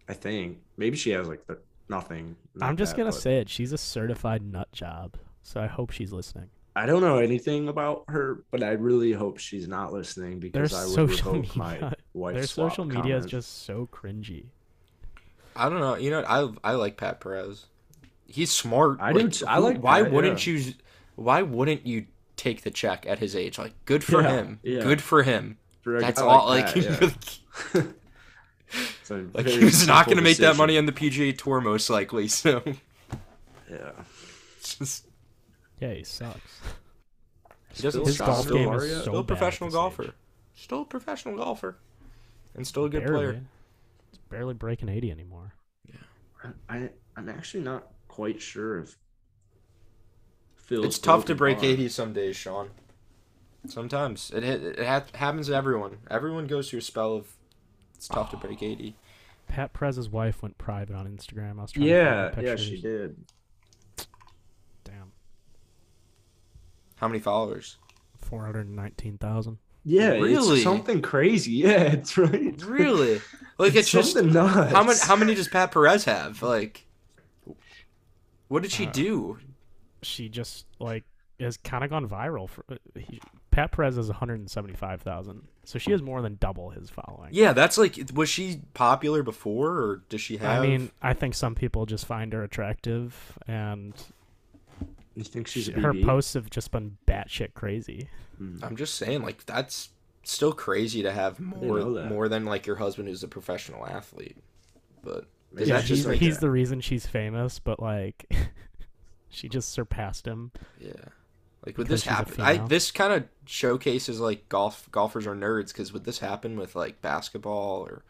Speaker 1: I think maybe she has like th- nothing.
Speaker 2: I'm
Speaker 1: not
Speaker 2: just
Speaker 1: that,
Speaker 2: gonna
Speaker 1: but-
Speaker 2: say it. She's a certified nut job, so I hope she's listening.
Speaker 1: I don't know anything about her, but I really hope she's not listening because
Speaker 2: Their
Speaker 1: I would
Speaker 2: social
Speaker 1: revoke my
Speaker 2: media-
Speaker 1: wife's
Speaker 2: Their
Speaker 1: swap
Speaker 2: social media
Speaker 1: comment.
Speaker 2: is just so cringy.
Speaker 3: I don't know. You know, I I like Pat Perez. He's smart.
Speaker 1: I do too. I
Speaker 3: who-
Speaker 1: like
Speaker 3: Why
Speaker 1: Pat,
Speaker 3: wouldn't
Speaker 1: yeah.
Speaker 3: you? Why wouldn't you take the check at his age? Like, good for
Speaker 1: Yeah,
Speaker 3: him.
Speaker 1: yeah.
Speaker 3: Good for him.
Speaker 1: For a
Speaker 3: That's
Speaker 1: guy
Speaker 3: all.
Speaker 1: like
Speaker 3: Like,
Speaker 1: that, yeah. It's a
Speaker 3: like
Speaker 1: very
Speaker 3: he was
Speaker 1: simple
Speaker 3: not going to make that
Speaker 1: decision.
Speaker 3: money on the PGA Tour most likely. So,
Speaker 1: Yeah.
Speaker 3: it's just,
Speaker 2: Yeah, he sucks.
Speaker 3: he doesn't.
Speaker 2: His
Speaker 3: stop.
Speaker 2: golf
Speaker 3: still,
Speaker 2: game
Speaker 1: are
Speaker 2: is
Speaker 1: ya?
Speaker 2: so
Speaker 3: still a
Speaker 2: bad at
Speaker 3: professional
Speaker 2: this age.
Speaker 3: golfer. Still a professional golfer, and still a good player.
Speaker 2: Barely. It's barely breaking 80 anymore.
Speaker 1: I I'm actually not quite sure if Phil.
Speaker 3: It's tough to break 80 some days, Sean. Sometimes it hit- it ha- happens to everyone. Everyone goes through a spell of it's tough to break 80.
Speaker 2: Pat Prez's wife went private on Instagram. I was trying
Speaker 1: Yeah,
Speaker 2: to find the
Speaker 1: yeah,
Speaker 2: pictures.
Speaker 1: she did.
Speaker 2: Damn.
Speaker 3: How many followers?
Speaker 2: 419,000.
Speaker 1: Yeah,
Speaker 3: Really?
Speaker 1: it's something crazy. Yeah, it's right.
Speaker 3: Really? Like it's just
Speaker 1: something nuts.
Speaker 3: how many how many does Pat Perez have? Like what did she
Speaker 2: Uh,
Speaker 3: do?
Speaker 2: She just, like, has kind of gone viral. For, uh, he, Pat Perez has 175,000. So she has more than double his following.
Speaker 3: Yeah, that's like was she popular before or does she have
Speaker 2: I mean, I think some people just find her attractive, and
Speaker 1: You think she's a
Speaker 2: her
Speaker 1: BB?
Speaker 2: posts have just been batshit crazy.
Speaker 3: I'm just saying like that's still crazy to have more
Speaker 1: know that.
Speaker 3: more than like your husband who's a professional athlete. But does
Speaker 1: Yeah,
Speaker 3: that just
Speaker 2: he's,
Speaker 3: make
Speaker 2: he's the reason she's famous, but like, she just surpassed him.
Speaker 3: Yeah. Like would
Speaker 2: Because
Speaker 3: this
Speaker 2: she's a
Speaker 3: happen? I
Speaker 2: female.
Speaker 3: this kind of showcases like golf golfers are nerds because would this happen with like basketball or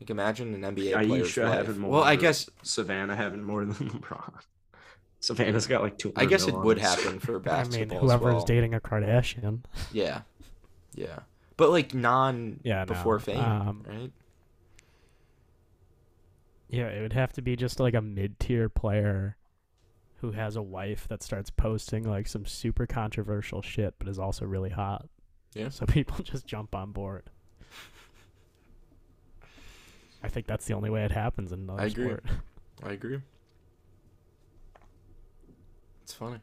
Speaker 3: like imagine an NBA player's
Speaker 1: Aisha
Speaker 3: life?
Speaker 1: having more.
Speaker 3: Well, I
Speaker 1: than-
Speaker 3: guess
Speaker 1: Savannah having more than LeBron. Savannah's got like two.
Speaker 3: I guess it would happen for
Speaker 2: I mean,
Speaker 3: basketball.
Speaker 2: whoever
Speaker 3: as
Speaker 2: is
Speaker 3: well.
Speaker 2: dating a Kardashian.
Speaker 3: Yeah, yeah, but like non
Speaker 2: Yeah, no.
Speaker 3: before fame,
Speaker 2: Um,
Speaker 3: right?
Speaker 2: Yeah, it would have to be just like a mid tier player who has a wife that starts posting like some super controversial shit but is also really hot.
Speaker 3: Yeah.
Speaker 2: So people just jump on board. I think that's the only way it happens in another
Speaker 3: I agree.
Speaker 2: sport.
Speaker 3: I agree. It's funny.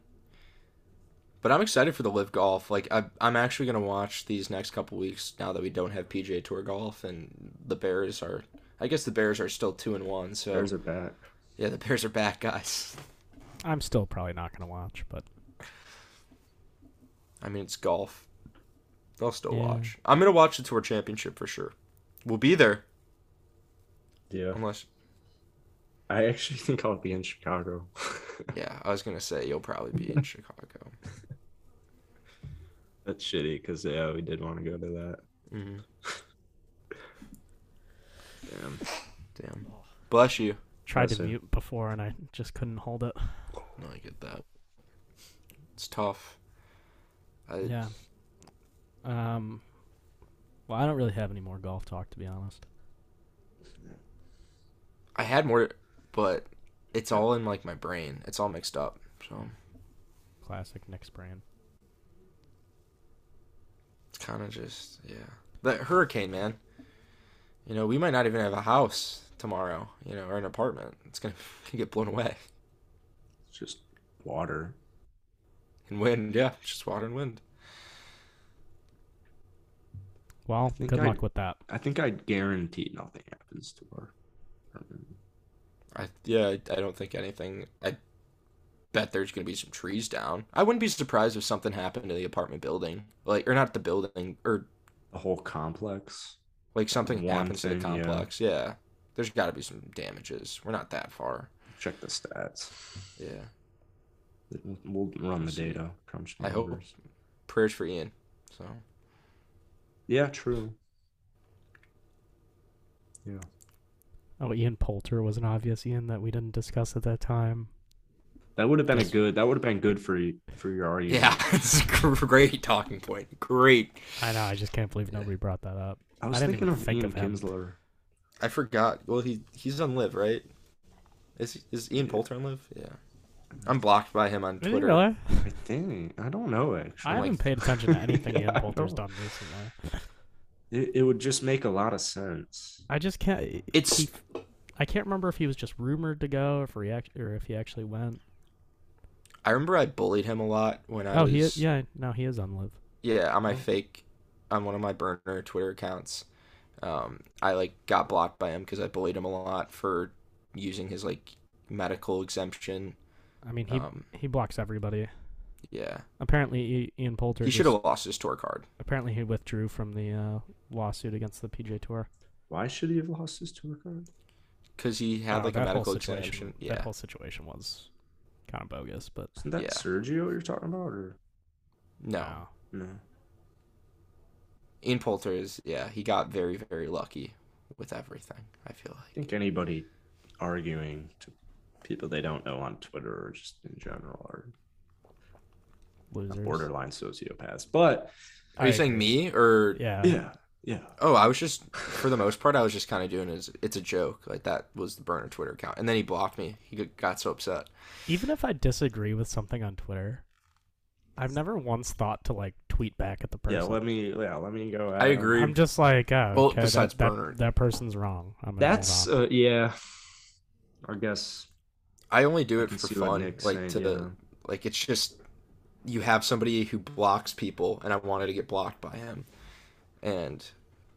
Speaker 3: But I'm excited for the live golf. Like I, I'm actually gonna watch these next couple weeks now that we don't have PGA Tour golf and the Bears are. I guess the Bears are still two and one. So
Speaker 1: There's a bat.
Speaker 3: yeah, the Bears are back, guys.
Speaker 2: I'm still probably not going to watch, but
Speaker 3: I mean, it's golf. They'll still
Speaker 2: Yeah.
Speaker 3: watch. I'm gonna watch the Tour Championship for sure. We'll be there
Speaker 1: Yeah,
Speaker 3: unless.
Speaker 1: I actually think I'll be in Chicago.
Speaker 3: Yeah, I was gonna say you'll probably be in Chicago.
Speaker 1: That's shitty because yeah, we did want to go to that.
Speaker 3: Mhm.
Speaker 1: Damn.
Speaker 3: Damn. Bless you.
Speaker 2: tried
Speaker 1: That's
Speaker 2: to
Speaker 1: it.
Speaker 2: mute before and I just couldn't hold it.
Speaker 3: No, I get that. It's tough. I,
Speaker 2: Yeah. Um well, I don't really have any more golf talk to be honest.
Speaker 3: I had more, but it's all in like my brain. It's all mixed up. So
Speaker 2: Classic Nick's brand.
Speaker 3: it's kind of just yeah. That hurricane, man. You know, we might not even have a house tomorrow, you know, or an apartment. It's gonna, gonna get blown away.
Speaker 1: It's just water.
Speaker 3: And wind, yeah, just water and wind.
Speaker 2: Well,
Speaker 1: think
Speaker 2: good
Speaker 1: I-
Speaker 2: luck with that.
Speaker 1: I think I guarantee nothing happens to her.
Speaker 3: I yeah, I, I don't think anything. I bet there's gonna be some trees down. I wouldn't be surprised if something happened to the apartment building, like or not the building, or
Speaker 1: The whole complex.
Speaker 3: like something
Speaker 1: One
Speaker 3: happens to the
Speaker 1: thing, yeah.
Speaker 3: complex. Yeah. there's got to be some damages. We're not that far.
Speaker 1: Check the stats.
Speaker 3: Yeah,
Speaker 1: We'll run the data. Crunch
Speaker 3: I hope.
Speaker 1: numbers.
Speaker 3: prayers for Ian. So
Speaker 1: Yeah, true. Yeah.
Speaker 2: Oh, Ian Poulter was an obvious Ian that we didn't discuss at that time.
Speaker 1: That would have been a
Speaker 2: Yes.
Speaker 1: good. That would have been good for you for your argument.
Speaker 3: yeah, it's a great talking point. Great.
Speaker 2: I know. I just can't believe nobody brought that up.
Speaker 1: I was
Speaker 2: I didn't
Speaker 1: thinking
Speaker 2: even
Speaker 1: of
Speaker 2: think
Speaker 1: Ian
Speaker 2: of him.
Speaker 1: Kinsler.
Speaker 3: I forgot. Well, he he's on Live, right? Is is Ian Poulter on Live? Yeah. I'm blocked by him on
Speaker 2: Did you
Speaker 3: Twitter.
Speaker 2: really?
Speaker 1: I think I don't know actually.
Speaker 2: I
Speaker 3: like-
Speaker 2: haven't paid attention to anything
Speaker 1: Yeah, I
Speaker 2: Ian Poulter's
Speaker 1: know.
Speaker 2: done recently.
Speaker 1: It, it would just make a lot of sense.
Speaker 2: I just can't.
Speaker 3: It's
Speaker 2: he- I can't remember if he was just rumored to go, or if he act- or if he actually went.
Speaker 3: I remember I bullied him a lot when I
Speaker 2: oh,
Speaker 3: was
Speaker 2: he is. Yeah, no, he is on live.
Speaker 3: yeah, on
Speaker 2: Mm.
Speaker 3: my fake on one of my burner Twitter accounts. Um, I like got blocked by him because I bullied him a lot for using his like medical exemption.
Speaker 2: I mean, he
Speaker 3: um,
Speaker 2: he blocks everybody.
Speaker 3: yeah,
Speaker 2: Apparently, I- Ian Poulter.
Speaker 3: he
Speaker 2: just-
Speaker 3: should have lost his tour card.
Speaker 2: Apparently, he withdrew from the uh, lawsuit against the PJ Tour.
Speaker 1: Why should he have lost his tour card?
Speaker 3: Because he had
Speaker 2: Uh,
Speaker 3: like a
Speaker 2: that whole
Speaker 3: medical
Speaker 2: situation-
Speaker 3: exemption. Yeah.
Speaker 2: That whole situation was kind of bogus, but
Speaker 1: Isn't that
Speaker 3: Yeah.
Speaker 1: Sergio you're talking about, or
Speaker 3: no.
Speaker 2: wow.
Speaker 1: no?
Speaker 3: Ian Poulter is, yeah, he got very, very lucky with everything, I feel
Speaker 1: I
Speaker 3: like.
Speaker 1: think anybody arguing to people they don't know on Twitter or just in general are
Speaker 2: losers.
Speaker 1: borderline sociopaths. But
Speaker 3: Are you saying me or.
Speaker 2: Yeah.
Speaker 1: yeah, yeah.
Speaker 3: Oh, I was just, for the most part, I was just kind of doing his, it's a joke. Like, that was the burner Twitter account. And then he blocked me. He g- got so upset.
Speaker 2: Even if I disagree with something on Twitter, I've never once thought to like tweet back at the person.
Speaker 1: Yeah, let me. Yeah, let me go. At
Speaker 3: I
Speaker 1: him.
Speaker 3: agree.
Speaker 2: I'm just like, oh,
Speaker 3: Well,
Speaker 2: okay,
Speaker 3: besides
Speaker 2: that, that,
Speaker 3: Bernard.
Speaker 2: that person's wrong. I'm gonna hold
Speaker 1: That's
Speaker 2: off.
Speaker 1: uh, yeah. I guess
Speaker 3: I only do
Speaker 1: I
Speaker 3: it
Speaker 1: can
Speaker 3: for
Speaker 1: see what
Speaker 3: fun. Like,
Speaker 1: Nick's saying,
Speaker 3: to
Speaker 1: yeah.
Speaker 3: like, it's just, you have somebody who blocks people, and I wanted to get blocked by him. And,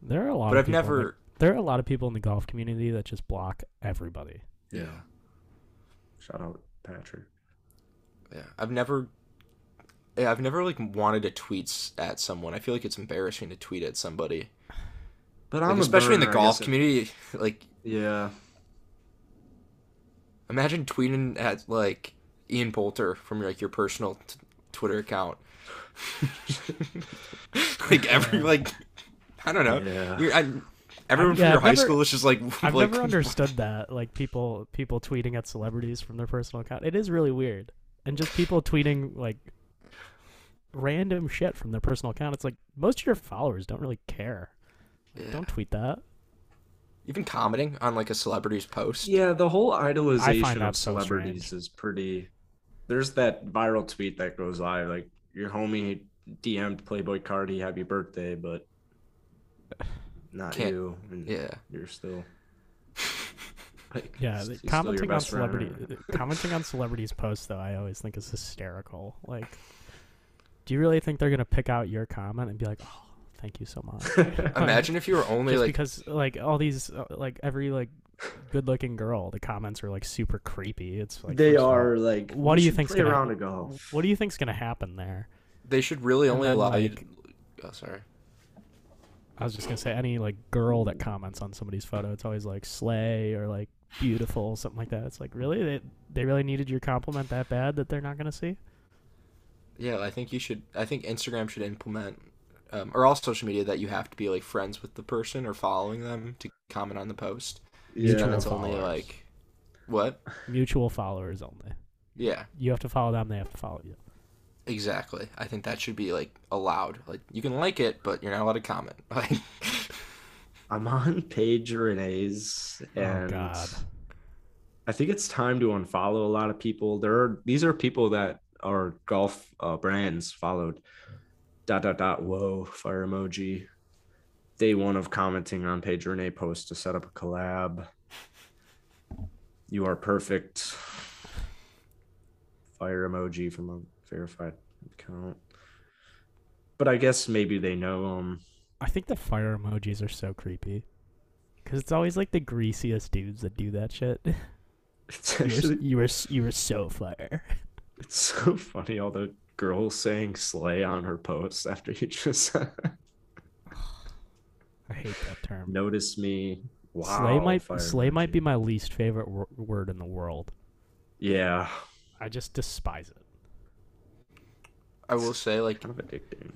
Speaker 2: there are a lot.
Speaker 3: but
Speaker 2: of
Speaker 3: I've
Speaker 2: people in the-
Speaker 3: never,
Speaker 2: there are a lot of people in the golf community that just block everybody.
Speaker 1: Yeah. Shout out Patrick.
Speaker 3: Yeah, I've never, yeah, I've never like wanted to tweet s- at someone. I feel like it's embarrassing to tweet at somebody,
Speaker 1: But
Speaker 3: Like,
Speaker 1: I'm a
Speaker 3: especially in the
Speaker 1: burner, I
Speaker 3: golf
Speaker 1: guess it-
Speaker 3: community. Like,
Speaker 1: Yeah.
Speaker 3: imagine tweeting at like Ian Poulter from like your personal t- Twitter account. like every like, I don't know.
Speaker 1: Yeah.
Speaker 3: You're, I, everyone from
Speaker 2: yeah,
Speaker 3: your
Speaker 2: I've
Speaker 3: high
Speaker 2: never-
Speaker 3: school is just like
Speaker 2: I've
Speaker 3: like
Speaker 2: never understood that, like people people tweeting at celebrities from their personal account. It is really weird, and just people tweeting like random shit from their personal account. It's like most of your followers don't really care. Like,
Speaker 3: Yeah.
Speaker 2: Don't tweet that.
Speaker 3: even commenting on like a celebrity's post.
Speaker 1: Yeah, the whole idolization
Speaker 2: that
Speaker 1: of
Speaker 2: so
Speaker 1: celebrities is pretty. There's that viral tweet that goes live, like your homie DM'd Playboy Cardi "Happy Birthday," but not
Speaker 3: Can't-
Speaker 1: you. And
Speaker 3: Yeah,
Speaker 1: you're still. like,
Speaker 2: Yeah,
Speaker 1: s-
Speaker 2: the-
Speaker 1: still your
Speaker 2: commenting on
Speaker 1: best friend.
Speaker 2: celebrity uh, commenting on celebrities' posts though, I always think is hysterical. Like, do you really think they're gonna pick out your comment and be like, "Oh, thank you so much"?
Speaker 3: imagine if you were only
Speaker 2: Just
Speaker 3: like
Speaker 2: because like all these uh, like every like good-looking girl, the comments are like super creepy. It's like
Speaker 1: they
Speaker 2: first of all,
Speaker 1: are like. "You
Speaker 2: what do you
Speaker 1: should
Speaker 2: think's
Speaker 1: play
Speaker 2: gonna
Speaker 1: around a golf?
Speaker 2: What do you think's gonna happen there?
Speaker 3: they should really
Speaker 2: and
Speaker 3: only
Speaker 2: then,
Speaker 3: allow you.
Speaker 2: like-
Speaker 3: To, oh, sorry.
Speaker 2: I was just gonna say any like girl that comments on somebody's photo, it's always like slay or like beautiful, something like that. It's like really they they really needed your compliment that bad that they're not gonna see.
Speaker 3: Yeah, I think you should. I think Instagram should implement, um, or all social media, that you have to be like friends with the person or following them to comment on the post.
Speaker 1: Yeah,
Speaker 3: and
Speaker 2: Mutual
Speaker 3: it's only
Speaker 2: followers.
Speaker 3: like, what?
Speaker 2: Mutual followers only.
Speaker 3: Yeah,
Speaker 2: You have to follow them. They have to follow you.
Speaker 3: exactly. I think that should be like allowed. Like you can like it, but you're not allowed to comment. Like,
Speaker 1: I'm on page Renee's, and
Speaker 2: oh God.
Speaker 1: I think it's time to unfollow a lot of people. There are these are people that are golf uh, brands followed. Dot dot dot. Whoa! Fire emoji. Day one of commenting on Page Renee posts to set up a collab. You are perfect. Fire emoji from a verified account. But I guess maybe they know um, him.
Speaker 2: I think the fire emojis are so creepy. Because it's always like the greasiest dudes that do that shit. You
Speaker 1: It's
Speaker 2: were s-
Speaker 1: actually
Speaker 2: you were s- you were so fire.
Speaker 1: it's so funny. All the girls saying "slay" on her posts after you just
Speaker 2: I hate that term.
Speaker 1: notice me. Wow,
Speaker 2: slay might
Speaker 1: fire
Speaker 2: slay might be
Speaker 1: emoji.
Speaker 2: my least favorite wor- word in the world.
Speaker 1: yeah,
Speaker 2: I just despise it.
Speaker 3: I will say, like,
Speaker 1: kind of addicting.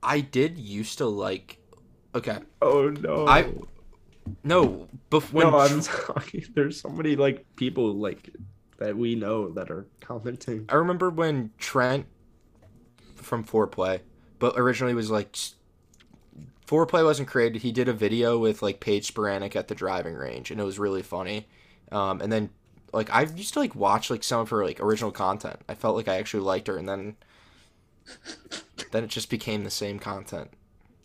Speaker 3: I did used to like. Okay,
Speaker 1: Oh no!
Speaker 3: I no. Bef- when
Speaker 1: no,
Speaker 3: tr-
Speaker 1: I'm talking. There's so many like people like that we know that are commenting.
Speaker 3: I remember when Trent from Foreplay, but originally was like s- Foreplay wasn't created. He did a video with like Paige Sporanic at the driving range, and it was really funny. Um, and then like I used to like watch like some of her like original content. I felt like I actually liked her, and then then it just became the same content.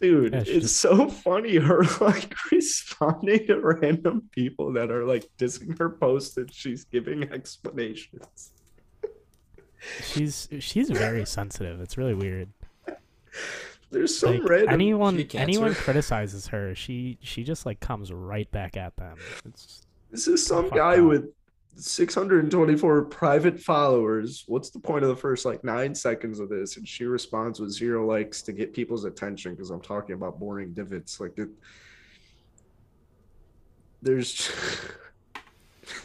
Speaker 1: Dude,
Speaker 2: Yeah,
Speaker 1: it's
Speaker 2: it's
Speaker 1: so funny her like responding to random people that are like dissing her post and she's giving explanations.
Speaker 2: She's she's very sensitive. It's really weird.
Speaker 1: There's some
Speaker 2: Like,
Speaker 1: random
Speaker 2: anyone
Speaker 3: cancer.
Speaker 2: anyone criticizes her, she she just like comes right back at them. It's
Speaker 1: This is some
Speaker 2: Fuck
Speaker 1: guy
Speaker 2: that.
Speaker 1: with 624 private followers. What's the point of the first like nine seconds of this? And she responds with zero likes to get people's attention because I'm talking about boring divots. Like, it, there's.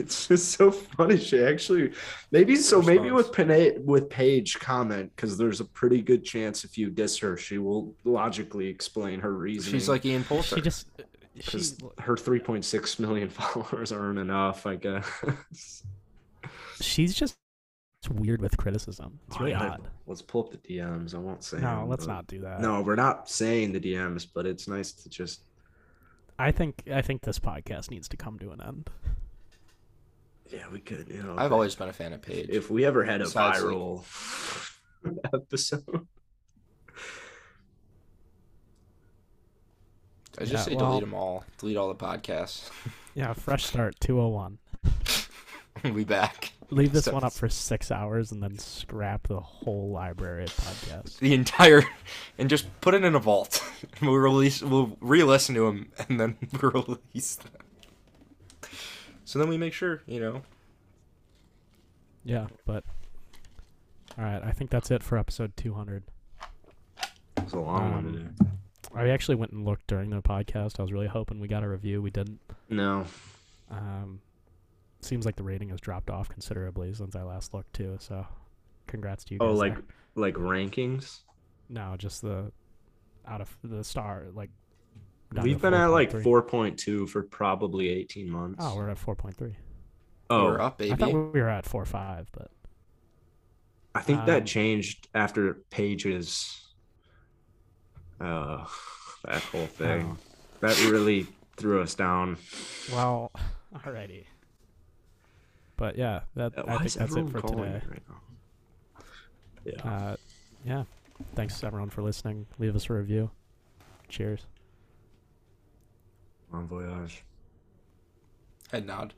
Speaker 1: It's just so funny. She actually, maybe so. Maybe with Panay, with Paige comment because there's a pretty good chance if you diss her, she will logically explain her reasoning
Speaker 3: She's like Ian Poulter.
Speaker 2: she just she
Speaker 1: because her 3.6 million followers aren't enough, I guess.
Speaker 2: she's just it's weird with criticism. It's really
Speaker 1: All right,
Speaker 2: odd.
Speaker 1: Let's pull up the DMs. I won't say.
Speaker 2: No,
Speaker 1: them,
Speaker 2: let's
Speaker 1: but-
Speaker 2: not do that.
Speaker 1: No, we're not saying the DMs, but it's nice to just.
Speaker 2: I think I think this podcast needs to come to an end.
Speaker 1: Yeah, we could. You know,
Speaker 3: I've always been a fan of Paige.
Speaker 1: if we ever had a
Speaker 3: Besides, like-
Speaker 1: viral episode,
Speaker 3: I just
Speaker 2: Yeah,
Speaker 3: say
Speaker 2: well-
Speaker 3: delete them all. Delete all the podcasts.
Speaker 2: Yeah, fresh start 201.
Speaker 3: we'll be back.
Speaker 2: Leave this
Speaker 3: So-
Speaker 2: one up for 6 hours and then scrap the whole library of podcasts.
Speaker 3: the entire and just put it in a vault. And we'll release we'll re-listen to them and then we'll release them. So then we make sure, you know.
Speaker 2: Yeah, but All right, I think that's it for episode 200.
Speaker 1: it's a long one to
Speaker 2: Um,
Speaker 1: do.
Speaker 2: I actually went and looked during the podcast. I was really hoping we got a review. We didn't.
Speaker 1: No,
Speaker 2: Um, seems like the rating has dropped off considerably since I last looked too. So, congrats to you.
Speaker 1: oh,
Speaker 2: guys
Speaker 1: like
Speaker 2: there.
Speaker 1: like rankings.
Speaker 2: no, just the out of the star like. down to
Speaker 1: We've been at like
Speaker 2: 4.3.
Speaker 1: 4.2 for probably 18 months. Oh,
Speaker 2: Oh, we're at four point three.
Speaker 3: We're up,
Speaker 2: I
Speaker 3: baby.
Speaker 2: thought we were at four five, but
Speaker 1: I think that
Speaker 2: Um,
Speaker 1: changed after Paige's uh that whole thing.
Speaker 2: Oh.
Speaker 1: That really threw us down.
Speaker 2: well, alrighty. But yeah, that
Speaker 1: Yeah,
Speaker 2: I
Speaker 1: Why
Speaker 2: think
Speaker 1: is
Speaker 2: that's it
Speaker 1: everyone
Speaker 2: for
Speaker 1: calling
Speaker 2: today.
Speaker 1: me right now? Yeah.
Speaker 2: Uh, yeah, thanks everyone for listening. Leave us a review. Cheers. Uh,
Speaker 1: Bon voyage.
Speaker 3: Head nod.